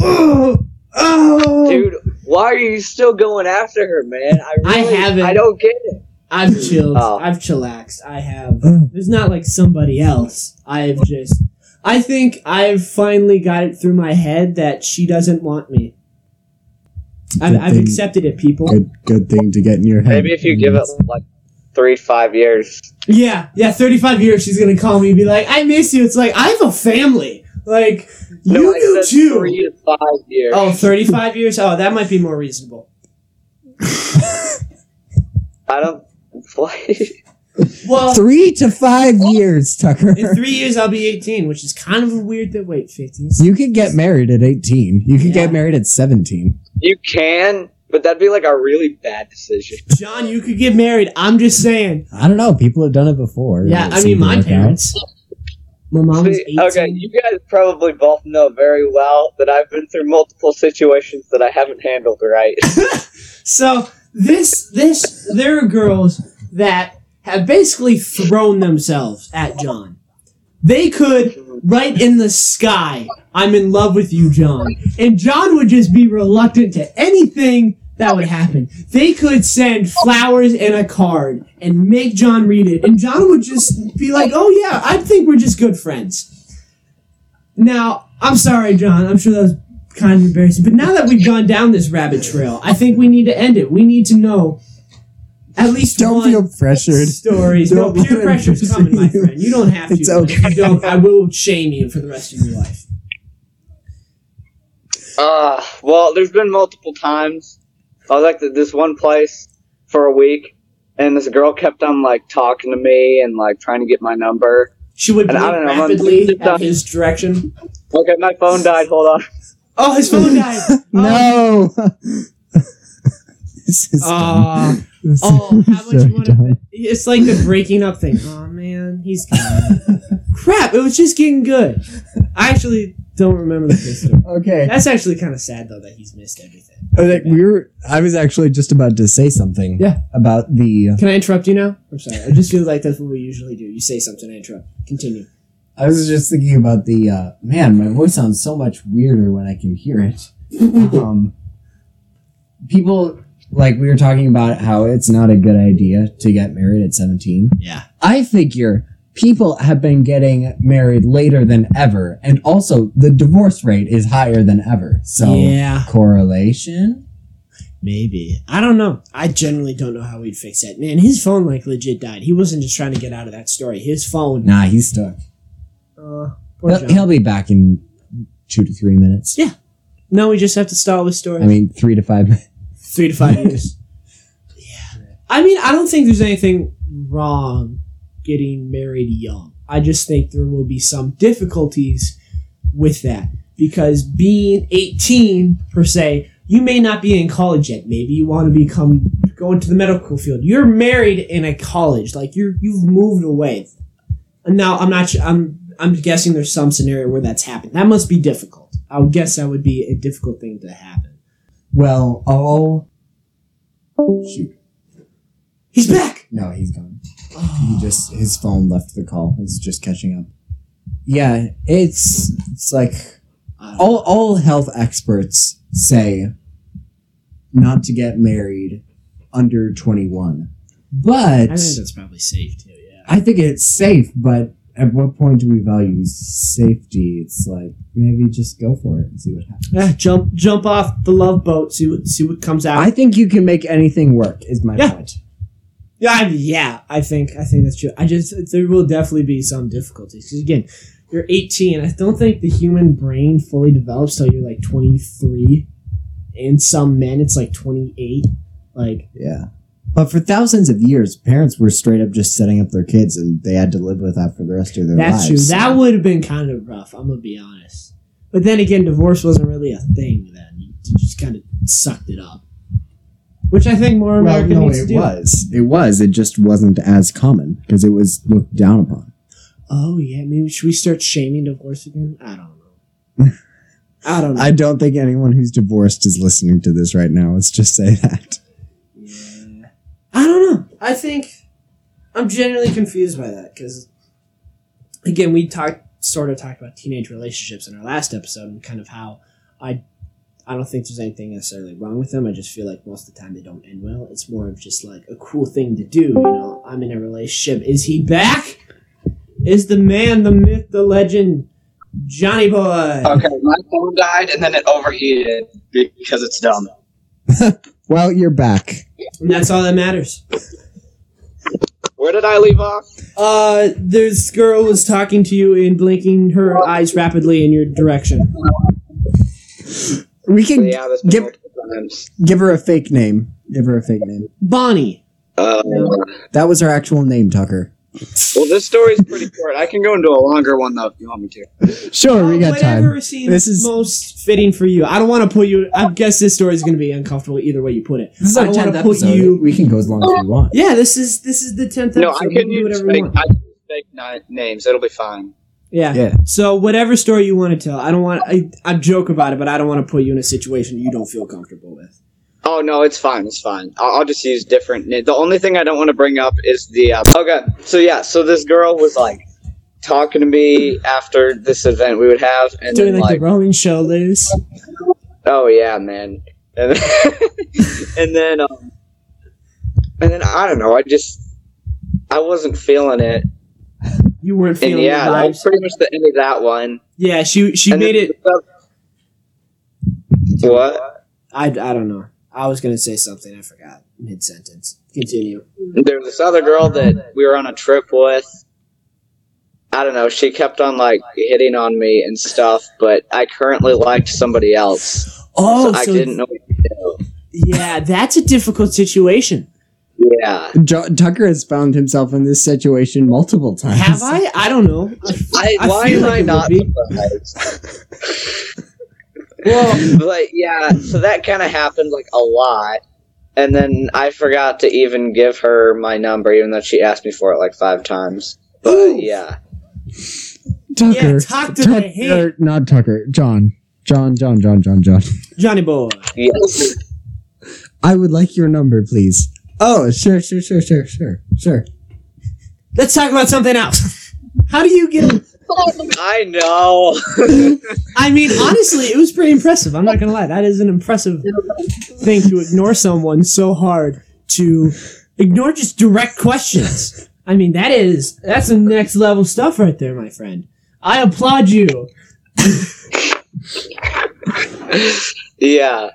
oh, oh.
Dude, why are you still going after her, man? I
I
really,
haven't.
I don't get it.
I've chilled.
Oh.
I've chillaxed. I have. There's not like somebody else. I've just. I think I've finally got it through my head that she doesn't want me. I've,
Good
I've
thing.
accepted it, people.
Good good thing to get in your head.
Maybe if you give it like three, five years.
Yeah, yeah, 35 years she's gonna call me and be like, I miss you. It's like, I have a family. Like, you
I
do
said
too.
Three to five years.
Oh, 35 years? Oh, that might be more reasonable.
I don't. What?
Well,
Three to five years, Tucker.
in three years I'll be 18, which is kind of a weird that, wait, 15?
You could get married at 18. You could
Yeah.
get married at 17.
you can, but that'd be like a really bad decision.
John, you could get married. I'm just saying.
I don't know. People have done it before.
Yeah, I
It
mean,
seemed to
my
work out.
parents. My mom was
See,
18.
okay, you guys probably both know very well that I've been through multiple situations that I haven't handled right.
So This this there are girls that have basically thrown themselves at John. They could right in the sky. I'm in love with you, John. And John would just be reluctant to anything that would happen. They could send flowers and a card and make John read it. And John would just be like, oh, yeah, I think we're just good friends. Now, I'm sorry, John. I'm sure that was kind of embarrassing. But now that we've gone down this rabbit trail, I think we need to end it. We need to know at least
Don't
one
feel pressured.
stories.
Don't
no, peer
let it
pressure's coming, my
pursue you.
friend. You don't have to.
It's
but If
okay.
you don't, I will shame you for the rest of your life.
Uh, well, there's been multiple times. I was like at this one place for a week, and this girl kept on like talking to me and like trying to get my number.
She would
And I
blink
don't know, I'm-
rapidly at his direction.
Okay, my phone died. Hold on.
Oh, his phone died.
No. this is dumb.
Uh,
This
oh,
is
how much
so
you wanna-
dumb.
it's like the breaking up thing. Oh man, he's crap. It was just getting good. I actually don't remember the full story.
Okay.
That's actually kind of sad though that he's missed everything.
Uh, like, we were. I was actually just about to say something.
Yeah.
About the.
Can I interrupt you now? I'm sorry. I just feel like that's what we usually do. You say something, I interrupt. Continue.
I was just thinking about the. Uh, man, my voice sounds so much weirder when I can hear it.
Um,
People like we were talking about how it's not a good idea to get married at seventeen.
Yeah.
I figure people have been getting married later than ever, and also the divorce rate is higher than ever. So
Yeah,
correlation.
maybe. I don't know. I generally don't know how we'd fix that. Man, his phone like legit died. He wasn't just trying to get out of that story. His phone.
Nah, he's stuck.
Uh, poor
He'll,
John.
he'll be back in two to three minutes.
Yeah. No, we just have to stall with story.
I mean, three to five. minutes.
Three to five years. yeah. I mean, I don't think there's anything wrong getting married young. I just think there will be some difficulties with that because being 18 per se, you may not be in college yet. Maybe you want to become go into the medical field. You're married in a college, like you're you've moved away. Now, I'm not. su- I'm I'm guessing there's some scenario where that's happened. That must be difficult. I would guess that would be a difficult thing to happen.
Well, all. Shoot.
He's back.
No, he's gone.
Oh.
He just his phone left the call. He's just catching up. Yeah, it's it's like all all health experts say not to get married under 21. But
I think that's probably safe too. Yeah.
I think it's safe, but at what point do we value safety? It's like maybe just go for it and see what happens.
jump, jump off the love boat. See what, see what comes out.
I think you can make anything work is my
Yeah.
point.
yeah, I mean, yeah. I think, I think that's true. I just there will definitely be some difficulties 'Cause again, you're 18. I don't think the human brain fully develops till you're like 23. And some men, it's like 28. Like,
Yeah. But for thousands of years, parents were straight up just setting up their kids and they had to live with that for the rest of their
that's true.
lives.
That would have been kind of rough. I'm gonna be honest. But then again, divorce wasn't really a thing then. You just kind of sucked it up, which I think more
well,
America
no,
needs to
it
do.
was. It was. It just wasn't as common because it was looked down upon.
Oh yeah, maybe should we start shaming divorce again? I don't know. I don't know.
I don't think anyone who's divorced is listening to this right now. Let's just say that.
yeah. I don't know. I think I'm generally confused by that because again, we talked sort of talked about teenage relationships in our last episode and kind of how I I don't think there's anything necessarily wrong with them. I just feel like most of the time they don't end well. It's more of just like a cool thing to do. You know, I'm in a relationship. Is he back? Is the man, the myth, the legend, Johnny Boy?
Okay, my phone died and then it overheated because it's dumb.
Well, you're back.
And that's all that matters.
Where did I leave off?
Uh, this girl was talking to you and blinking her eyes rapidly in your direction.
We can
Yeah, that's been
give
multiple times.
give her a fake name. Give her a fake name.
Bonnie.
Uh,
That was her actual name, Tucker.
well, this story's pretty short. I can go into a longer one though if you want me to.
Sure, we got
Whatever
time.
seems
This is-
most fitting for you. I don't want to put you. I guess this story is going to be uncomfortable either way you put it.
This is
I
our
don't
tenth
wanna put
episode.
you-
We can go as long as we want.
Yeah, this is this is the tenth
No,
episode.
I
We can
can
do
use
whatever we
fake,
want.
I can use fake ni- names. It'll be fine.
Yeah.
Yeah.
So whatever story you want to tell, I don't want. I I joke about it, but I don't want to put you in a situation you don't feel comfortable with.
Oh no, it's fine. It's fine. I'll, I'll just use different. na- The only thing I don't want to bring up is the. Uh, okay, so yeah, so this girl was like talking to me after this event we would have, and
Doing
then,
like
like,
the rolling shoulders.
oh yeah, man, and then, and then, um, and then I don't know. I just I wasn't feeling it,
You weren't
and
feeling
yeah,
the
that was
vibes.
pretty much the end of that one.
Yeah, she she
And
made
then-
it.
What?
I, I don't know. I was gonna say something. I forgot mid sentence. Continue.
There was this other girl that we were on a trip with. I don't know. She kept on like hitting on me and stuff, but I currently liked somebody else.
Oh,
so I
so
didn't know. What to
yeah, that's a difficult situation.
do. Yeah,
Jo- Tucker has found himself in this situation multiple times.
Have I? I don't know.
I,
I
why
feel like
am I
it would
not
be.
surprised? well, but yeah, so that kind of happened like a lot, and then I forgot to even give her my number, even though she asked me for it like five times. But
Ooh.
yeah,
Tucker.
Yeah, talk to
Tuck-
the hand.
er, not Tucker. John. John, John, John, John, John.
Johnny boy.
yes,
I would like your number, please. Oh, sure, sure, sure, sure, sure, sure.
Let's talk about something else. How do you get?
I know.
I mean, honestly, it was pretty impressive. I'm not gonna lie. That is an impressive thing to ignore someone so hard to ignore just direct questions. I mean, that is that's some next level stuff right there, my friend. I applaud you.
yeah.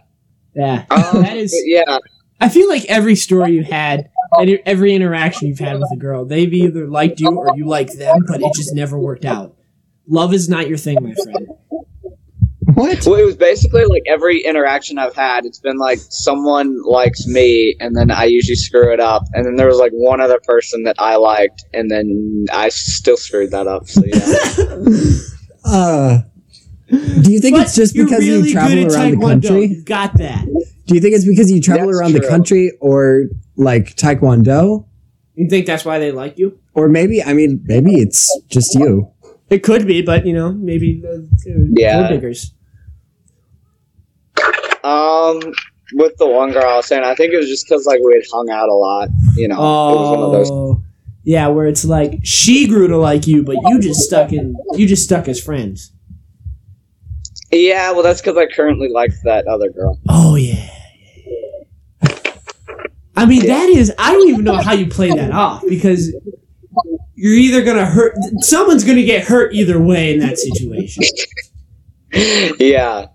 Yeah,
Um,
that is.
yeah.
I feel like every story you had, and every interaction you've had with a girl, they've either liked you or you liked them, but it just never worked out. Love is not your thing, my friend.
What?
Well, it was basically like every interaction I've had, it's been like someone likes me, and then I usually screw it up, and then there was like one other person that I liked, and then I still screwed that up. So yeah,
Uh, do you think
But
it's just
you're
because you
really
travel
good at
around the
Taekwondo.
country?
You've got that.
Do you think it's because you travel
That's
around the
true.
country or like Taekwondo?
You think that's why they like you?
Or maybe, I mean, maybe it's just you.
It could be, but you know, maybe the the
Yeah.
diggers.
um, with the one girl I was saying, I think it was just because like we had hung out a lot. You know, it was one of those.
Oh, yeah, where it's like she grew to like you, but you just stuck in. You just stuck as friends.
Yeah, well, that's because I currently like that other girl.
Oh yeah. I mean, that is. I don't even know how you play that off because you're either gonna hurt. Someone's gonna get hurt either way in that situation.
yeah,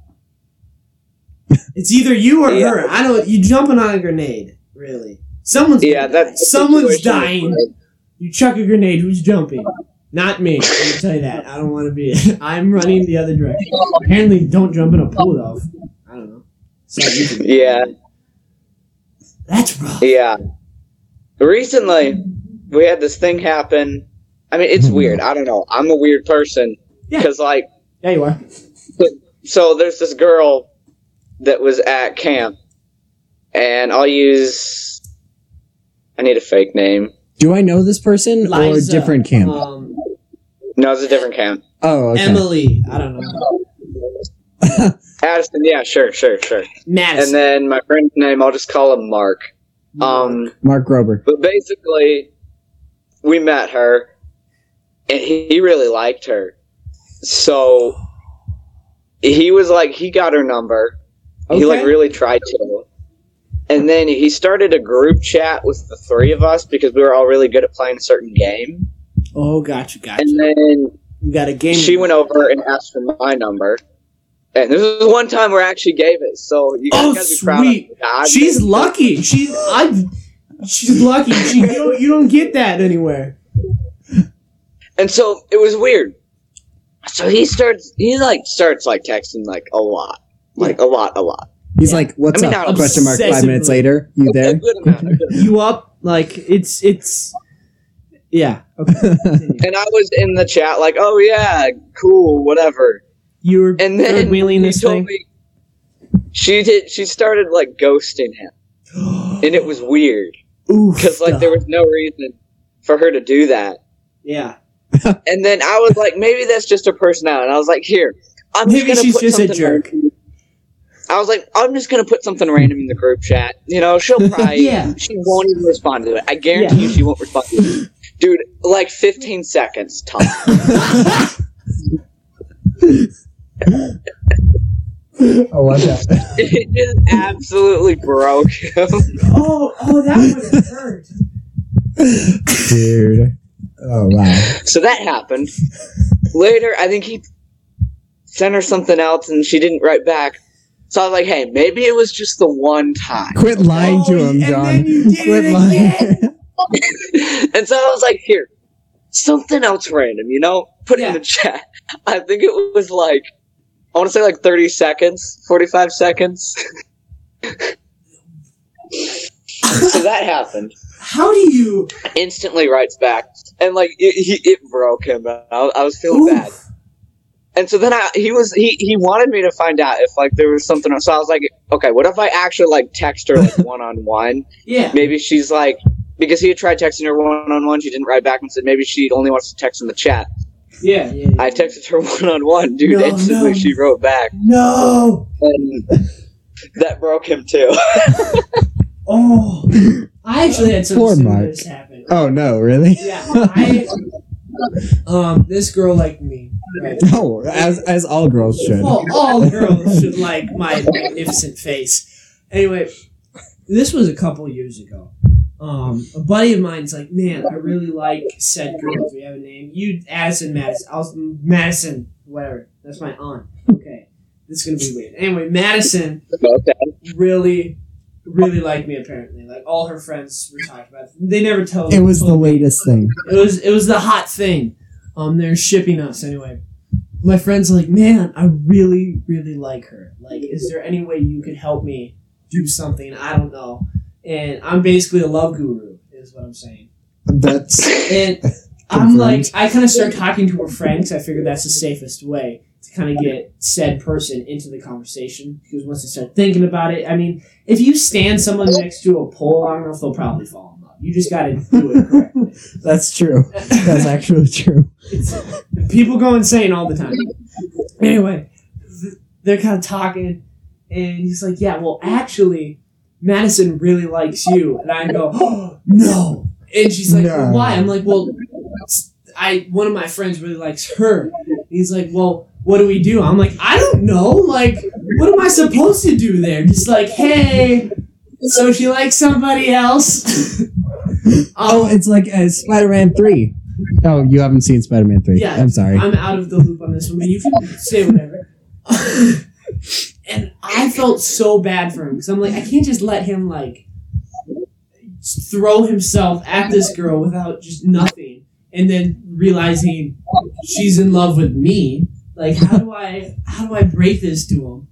It's either you or
Yeah.
her. I don't. You jumping on a grenade, really? Someone's.
yeah,
gonna die.
that's
someone's dying. You chuck a grenade. Who's jumping? Not me. Let me tell you that. I don't want to be. I'm running the other direction. Apparently, don't jump in a pool though. I don't know. So you can-
Yeah.
That's rough.
Yeah. Recently, we had this thing happen. I mean, it's weird. I don't know. I'm a weird person
Yeah.
because, like,
There you are.
so there's this girl that was at camp, and I'll use. I need a fake name.
Do I know this person
Liza,
or different camp?
Um,
No, it's a different camp.
oh, okay.
Emily. I don't know.
Addison. Yeah, sure, sure, sure.
Madison.
And then my friend's name, I'll just call him Mark. Um,
Mark Grober.
But basically, we met her, and he, he really liked her. So he was like, he got her number. He like
Okay.
really tried to. And then he started a group chat with the three of us because we were all really good at playing a certain game.
oh, gotcha, gotcha.
And then
You got a game.
she went over and asked for my number. And this is one time where I actually gave it. So you guys
Oh,
gotta be proud
sweet.
of God.
She's lucky. She's I. She's lucky. She, you don't you don't get that anywhere.
And so it was weird. So he starts, he like starts like texting like a lot, like a lot, a lot.
He's like, what's
I mean,
up?
not
Question mark. Five
obsessively.
minutes later, you
A
there?
good amount, a good amount.
You up? Like it's it's. Yeah. Okay. continue.
And I was in the chat like, oh yeah, cool, whatever.
You were
And then
wheeling
he
this
told
thing.
me she did. She started like ghosting him, and it was weird
Oof.
because like there was no reason for her to do that.
Yeah.
And then I was like, maybe that's just her personality. And I was like, here, I'm
Maybe
just gonna
she's
put
just a
something on
jerk.
you. I was like, I'm just gonna put something random in the group chat. You know, she'll probably
Yeah.
she won't even respond to it. I guarantee you she won't respond to it. Dude, like fifteen seconds, Tom. Oh,
I love that.
it just absolutely broke him.
Oh, oh, that would have hurt.
Dude. Oh, wow.
So that happened. Later, I think he sent her something else and she didn't write back. So I was like, hey, maybe it was just the one time.
Quit lying to
Oh, and
him,
then
John.
you did
Quit
it
lying.
again.
and so I was like, here, something else random, you know? Put it in
Yeah.
the chat. I think it was like, I want to say like 30 seconds, 45 seconds. so that happened.
How do you?
Instantly writes back. And like, it, he, it broke him. I, I was feeling
Oof.
bad. And so then I, he was, he, he wanted me to find out if like there was something else. So I was like, okay, what if I actually like text her like one on one?
Yeah.
maybe she's like because he had tried texting her one on one, she didn't write back and said maybe she only wants to text in the chat.
Yeah.
I texted her one on one, dude.
No,
instantly,
no.
she wrote back,
No.
and that broke him too.
Oh.
I actually had
Poor
something similar
Mark.
to this happen.
Oh no, really?
Yeah. I, um, this girl liked me. Right?
No, as as all girls should.
Well, all girls should like my magnificent face. Anyway, this was a couple years ago. Um, a buddy of mine's like, man, I really like said girl. Do we have a name? You, Addison Madison. I was Madison, whatever. That's my aunt. Okay, this is gonna be weird. Anyway, Madison
okay.
really, really liked me. Apparently, like all her friends were talking about. It. They never tell.
It was the latest thing.
It was it was the hot thing. Um, they're shipping us anyway. My friend's like, man, I really, really like her. Like, is there any way you could help me do something? I don't know. And I'm basically a love guru, is what I'm saying.
That's.
And I'm like, I kind of start talking to her friend because I figured that's the safest way to kind of get said person into the conversation. Because once they start thinking about it, I mean, if you stand someone next to a pole, I don't know if they'll probably fall in love. You just got to do it correctly.
That's true. That's actually true.
people go insane all the time. Anyway, th- they're kind of talking, and he's like, "Yeah, well, actually, Madison really likes you," and I go, oh, "No," and she's like,
No.
"Why?" I'm like, "Well, s- I one of my friends really likes her." And he's like, "Well." What do we do? I'm like, I don't know. Like, what am I supposed to do there? Just like, hey, so she likes somebody else.
Oh,
Um,
it's like uh, Spider Man 3. Oh, you haven't seen Spider Man 3.
Yeah.
I'm sorry.
I'm out of the loop on this one, but you can say whatever. and I felt so bad for him because I'm like, I can't just let him like throw himself at this girl without just nothing, and then realizing she's in love with me. Like, how do I how do I break this to him?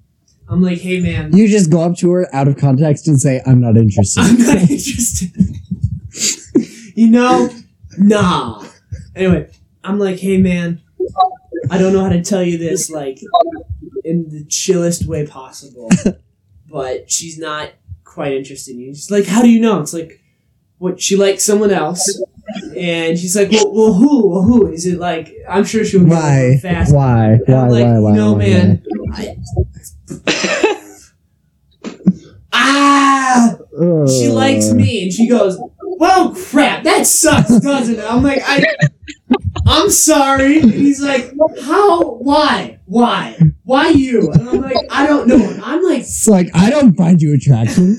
I'm like, hey man,
You just go up to her out of context and say, I'm not interested.
I'm not interested. you know, nah. Anyway, I'm like, hey man, I don't know how to tell you this, like, in the chillest way possible, but she's not quite interested in you. She's like, how do you know? It's like, what? She likes someone else, and she's like, well, well who? Well, who is it? Like, I'm sure she'll get
Why?
fast.
Why?
And
Why?
I'm like,
why? Why?
you know,
why,
man. I- ah!
why? Ugh.
she likes me and she goes well crap that sucks doesn't it i'm like i i'm sorry and he's like how why why why you and i'm like i don't know and i'm like
It's like, I don't find you attractive.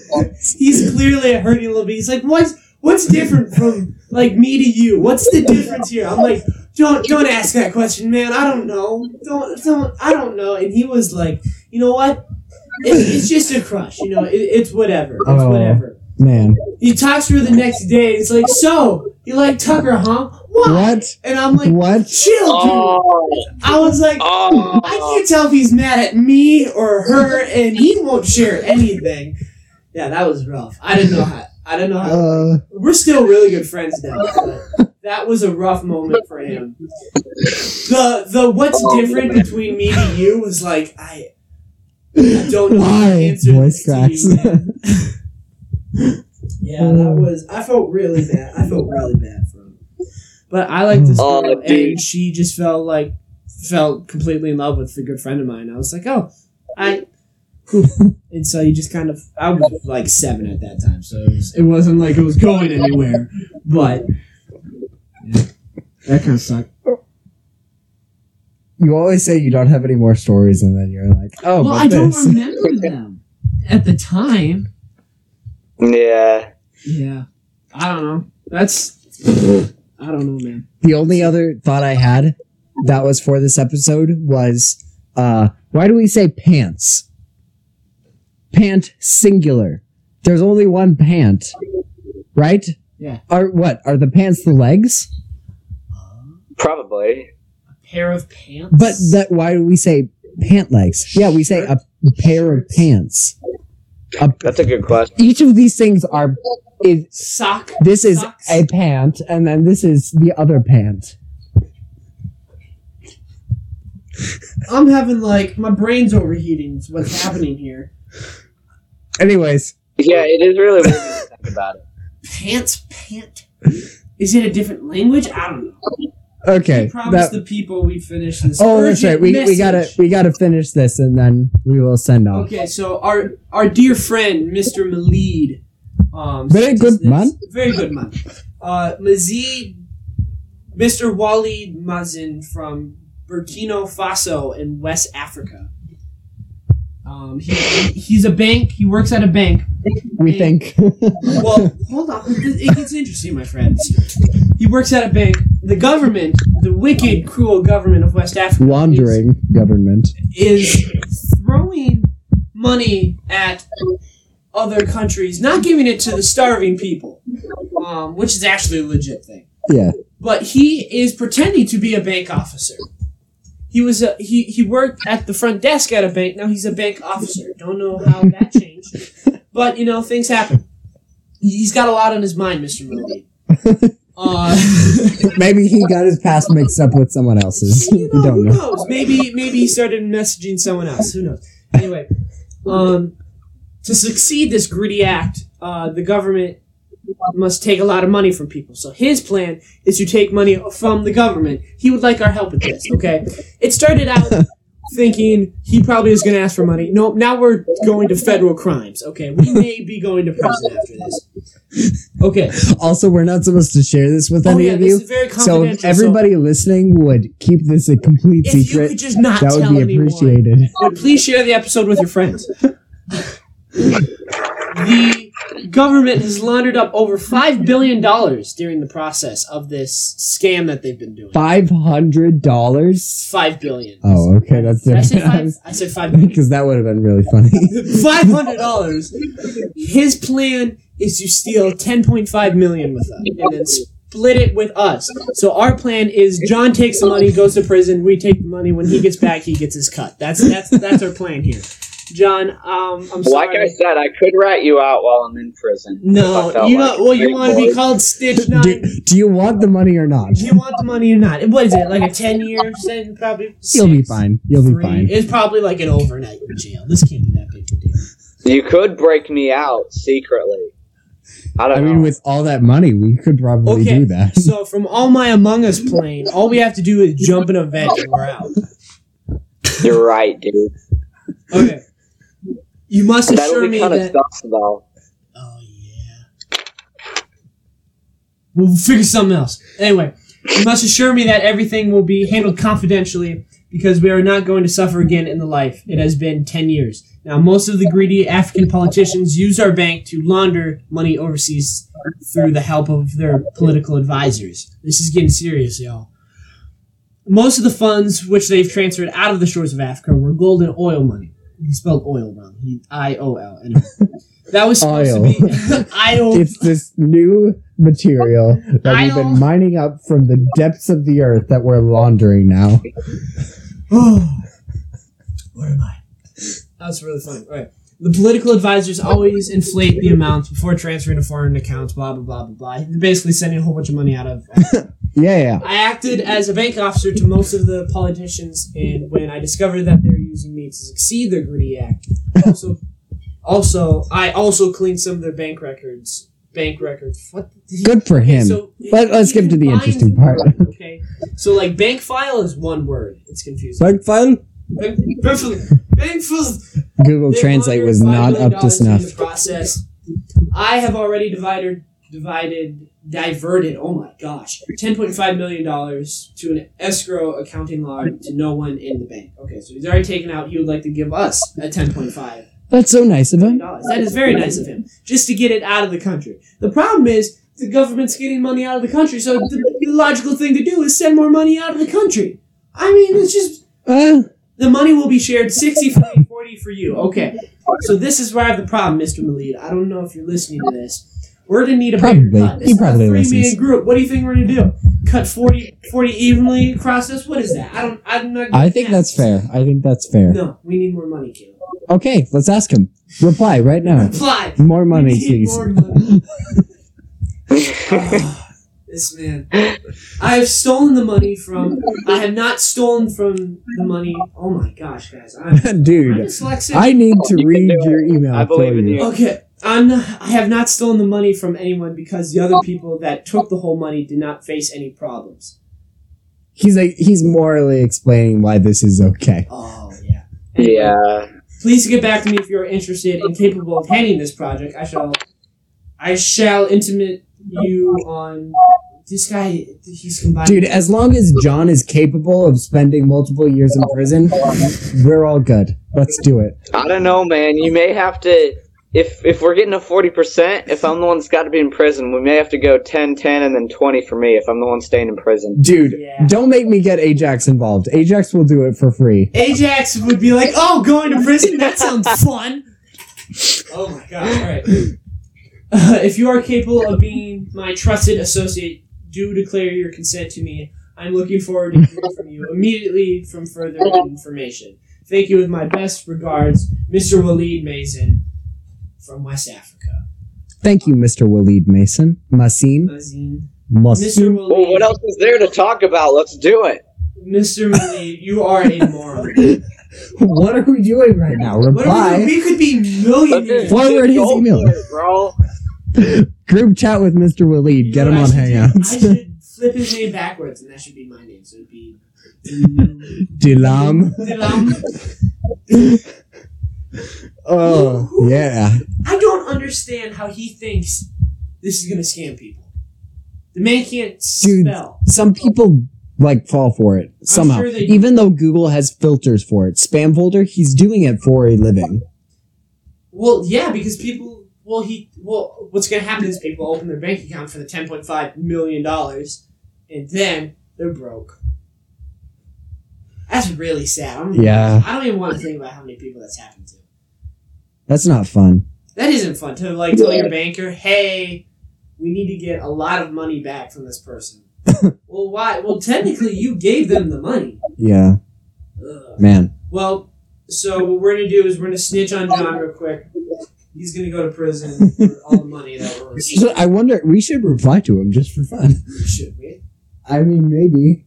he's clearly hurting a little bit he's like what's what's different from like me to you what's the difference here i'm like don't don't ask that question man i don't know don't don't i don't know and he was like you know what it, it's just a crush you know it, it's whatever it's
Oh.
whatever
Man.
He talks to her the next day. And it's like, so you like Tucker, huh? What?
What?
And I'm like,
What?
chill, dude.
Oh,
I was like,
oh.
I can't tell if he's mad at me or her, and he won't share anything. Yeah, that was rough. I didn't know how. I didn't know how.
Uh,
We're still really good friends now. But that was a rough moment for him. The the what's different between me and you was like I. I don't know how to
Why?
answer
Voice
this to
cracks.
you, man. Yeah, that was. I felt really bad. I felt really bad for him. But I like this
Oh,
girl, and
dude.
she just felt like felt completely in love with a good friend of mine. I was like, oh, I and so you just kind of I was like seven at that time, so it, was, it wasn't like it was going anywhere. But yeah, that kind of sucked.
You always say you don't have any more stories, and then you're like, oh,
well,
but
I don't
this.
remember them at the time.
Yeah.
Yeah,
I don't know. That's I don't know, man.
The only other thought I had that was for this episode was uh, why do we say pants? Pant singular. There's only one pant, right?
Yeah.
Are what are the pants the legs?
Probably.
a pair of pants.
But that why do we say pant legs? Yeah, we say a pair of pants. A,
That's a good question.
each of these things are is
sock.
this is
Socks.
a pant, and then this is the other pant.
I'm having like my brain's overheating. Is what's happening here?
Anyways,
Yeah, it is really weird to think about it.
pants pant. Is it a different language? I don't know.
okay.
Promise
that-
the people we'd finish this.
Oh, that's
urgent
right. We, we
message.
gotta we gotta finish this, and then we will send off.
Okay, so our our dear friend Mr. Malid, um,
Very
sent us
good
this-
man.
very good man. Uh, Mazid, Mr. Wali Mazin from Burkina Faso in West Africa. Um, he, he's a bank. He works at a bank.
We think.
Well, hold on. It gets interesting, my friends. He works at a bank. The government, the wicked, cruel government of West Africa, is-
Wandering government.
is throwing money at other countries, not giving it to the starving people, um, which is actually a legit thing.
Yeah.
But he is pretending to be a bank officer. He was a, he he worked at the front desk at a bank. Now he's a bank officer. Don't know how that changed, but you know things happen. He's got a lot on his mind, Mister Moody. Uh,
Maybe he got his past mixed up with someone else's.
you know,
we don't
who
know.
knows? Maybe maybe he started messaging someone else. Who knows? Anyway, um, to succeed this gritty act, uh, the government must take a lot of money from people. So his plan is to take money from the government. He would like our help with this. Okay, it started out. Thinking he probably is going to ask for money. Nope, now we're going to federal crimes. Okay, we may be going to prison after this. Okay,
Also, we're not supposed to share this with
Oh,
any
yeah,
of
this
you.
is very
So
confidential,
if
so-
everybody listening would keep this a complete
if you could
secret,
just not
that
tell
would be
anyone.
appreciated.
But Uh, please share the episode with your friends. the government has laundered up over $5 billion during the process of this scam that they've been doing.
Five hundred dollars.
$5 billion.
Oh, okay, that's
Did I say five?
different.
I said $5 billion.
Because that would have been really funny.
$500. His plan is to steal 10.5 million with us and then split it with us. So our plan is John takes the money, goes to prison, we take the money when he gets back he gets his cut. That's that's that's our plan here. John, um, I'm sorry.
Like I said, I could rat you out while I'm in prison.
No,
If I felt
you
like
know. Well,
it.
you
Big
want to be
boy.
called Stitch Nine.
do, do you want the money or not?
Do you want the money or not? What is it? Like a ten year sentence, probably.
You'll be
Six,
fine. You'll be
three.
fine.
It's probably like an overnight in jail. This can't be that big of a deal.
You could break me out secretly. I don't
I
know.
mean, with all that money, we could probably
Okay.
do that.
So from all my Among Us playing, all we have to do is jump in a vent and we're out.
You're right, dude.
Okay. You must assure
That'll
me
be kind of
that.
sus, though.
Oh yeah. We'll figure something else. Anyway, you must assure me that everything will be handled confidentially because we are not going to suffer again in the life. It has been ten years. Now most of the greedy African politicians use our bank to launder money overseas through the help of their political advisors. This is getting serious, y'all. Most of the funds which they've transferred out of the shores of Africa were gold and oil money. He spelled oil wrong. He I O L. Anyway. That was supposed to be I O
it's this new material that we've
I'll-
been mining up from the depths of the earth that we're laundering now.
Oh, where am I? That's really funny. All right. The political advisors always inflate the amounts before transferring to foreign accounts, blah, blah, blah, blah, blah. They're basically sending a whole bunch of money out of.
Yeah, yeah.
I acted as a bank officer to most of the politicians, and when I discovered that they're using me to succeed their greedy act, also, also I also cleaned some of their bank records. Bank records. What?
Good for him. Let- let's
he
skip to the
combines
interesting part.
words, Okay. So, like, bank file is one word. It's confusing.
Like fun.
Bank, bank, file- bank, file-
Google Translate was not up to snuff.
Process. I have already divided, divided, diverted. Oh my gosh, ten point five million dollars to an escrow accounting log to no one in the bank. Okay, so he's already taken out. He would like to give us a ten point five
That's so nice of
million
him.
dollars. That is very nice of him, just to get it out of the country. The problem is the government's getting money out of the country, so the, the logical thing to do is send more money out of the country. I mean, it's just
Uh,
the money will be shared 60 40 40 for you okay so this is where i have the problem mr Malid. i don't know if you're listening to this we're gonna need a bigger
Probably.
cut. This
He
is a
probably
three-man
listens.
group what do you think we're gonna do cut 40 40 evenly across this what is that i don't i'm not
I think that's fair. I think that's fair.
no we need more money Caleb.
Okay, let's ask him. Reply right now.
Fly.
More
We
money,
need
please.
more money. this man. I have stolen the money from. I have not stolen from the money. Oh my gosh, guys! I'm, I'm
Dude,
dyslexic.
I need to
You can
read
do it.
your email.
I believe
for
in you.
Okay, I'm not, I have not stolen the money from anyone because the other people that took the whole money did not face any problems.
He's like he's morally explaining why this is okay.
Oh yeah. Anyway,
Yeah.
Please get back to me if you're interested and capable of handling this project. I shall, I shall intimate you on this guy. He's combined.
Dude, as long as John is capable of spending multiple years in prison, we're all good. Let's do it.
I don't know, man. You may have to. If, if we're getting a 40%, if I'm the one that's got to be in prison, we may have to go 10, 10, and then 20 for me if I'm the one staying in prison.
Dude,
Yeah.
don't make me get Ajax involved. Ajax will do it for free.
Ajax would be like, "Oh, going to prison? That sounds fun." oh my god! All right. Uh, if you are capable of being my trusted associate, do declare your consent to me. I'm looking forward to hearing from you immediately from further information. Thank you with my best regards, Mr. Waleed Mason from West Africa.
Thank you, Mr. Waleed Mason. Masin.
Mazin. Mr.
Masin.
Waleed.
Well, what else is there to talk about? Let's do it.
Mr. Waleed, you are a moron.
What are we doing right now?
What are we,
Reply.
we could be
Let's
millionaires.
just
Forward his
go
email.
for it, bro.
Group chat with Mr.
You
Waleed. Get
know
him
what
on
I should do?
Hangouts.
I should flip his name backwards, and that should be my name. So it'd be
Dilam.
Dilam.
Oh, yeah.
I don't understand how he thinks this is gonna scam people. The man can't
Dude,
spell.
Some people like fall for it somehow.
sure they do.
Even though Google has filters for it. Spam folder, he's doing it for a living.
Well, yeah, because people. Well, he. Well, what's gonna happen is people open their bank account for the ten point five million dollars, and then they're broke. That's really sad. I'm,
Yeah.
I don't even want to think about how many people that's happened to.
That's not fun.
That isn't fun to like tell your banker, hey, we need to get a lot of money back from this person. well, why? Well, technically, you gave them the money.
Yeah,
Ugh.
man.
Well, so what we're gonna do is we're gonna snitch on John real quick. He's gonna go to prison for all the money that we're
So I wonder, we should reply to him just for fun.
Should we?
I mean, maybe.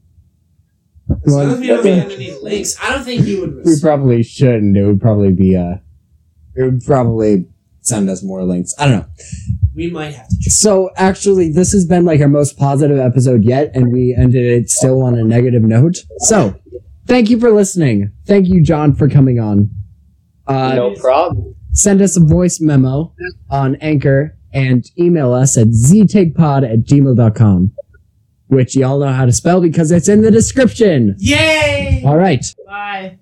As long as we don't
Well,
have any links, I don't think he would.
we
Risk.
probably shouldn't. It would probably be, uh, it would probably send us more links. I don't know.
We might have to. Try.
So actually, this has been like our most positive episode yet, and we ended it still on a negative note. So thank you for listening. Thank you, John, for coming on. Uh,
no problem.
send us a voice memo on Anchor and email us at ztakepod at gmail.com, which y'all know how to spell because it's in the description.
Yay!
All right.
Bye.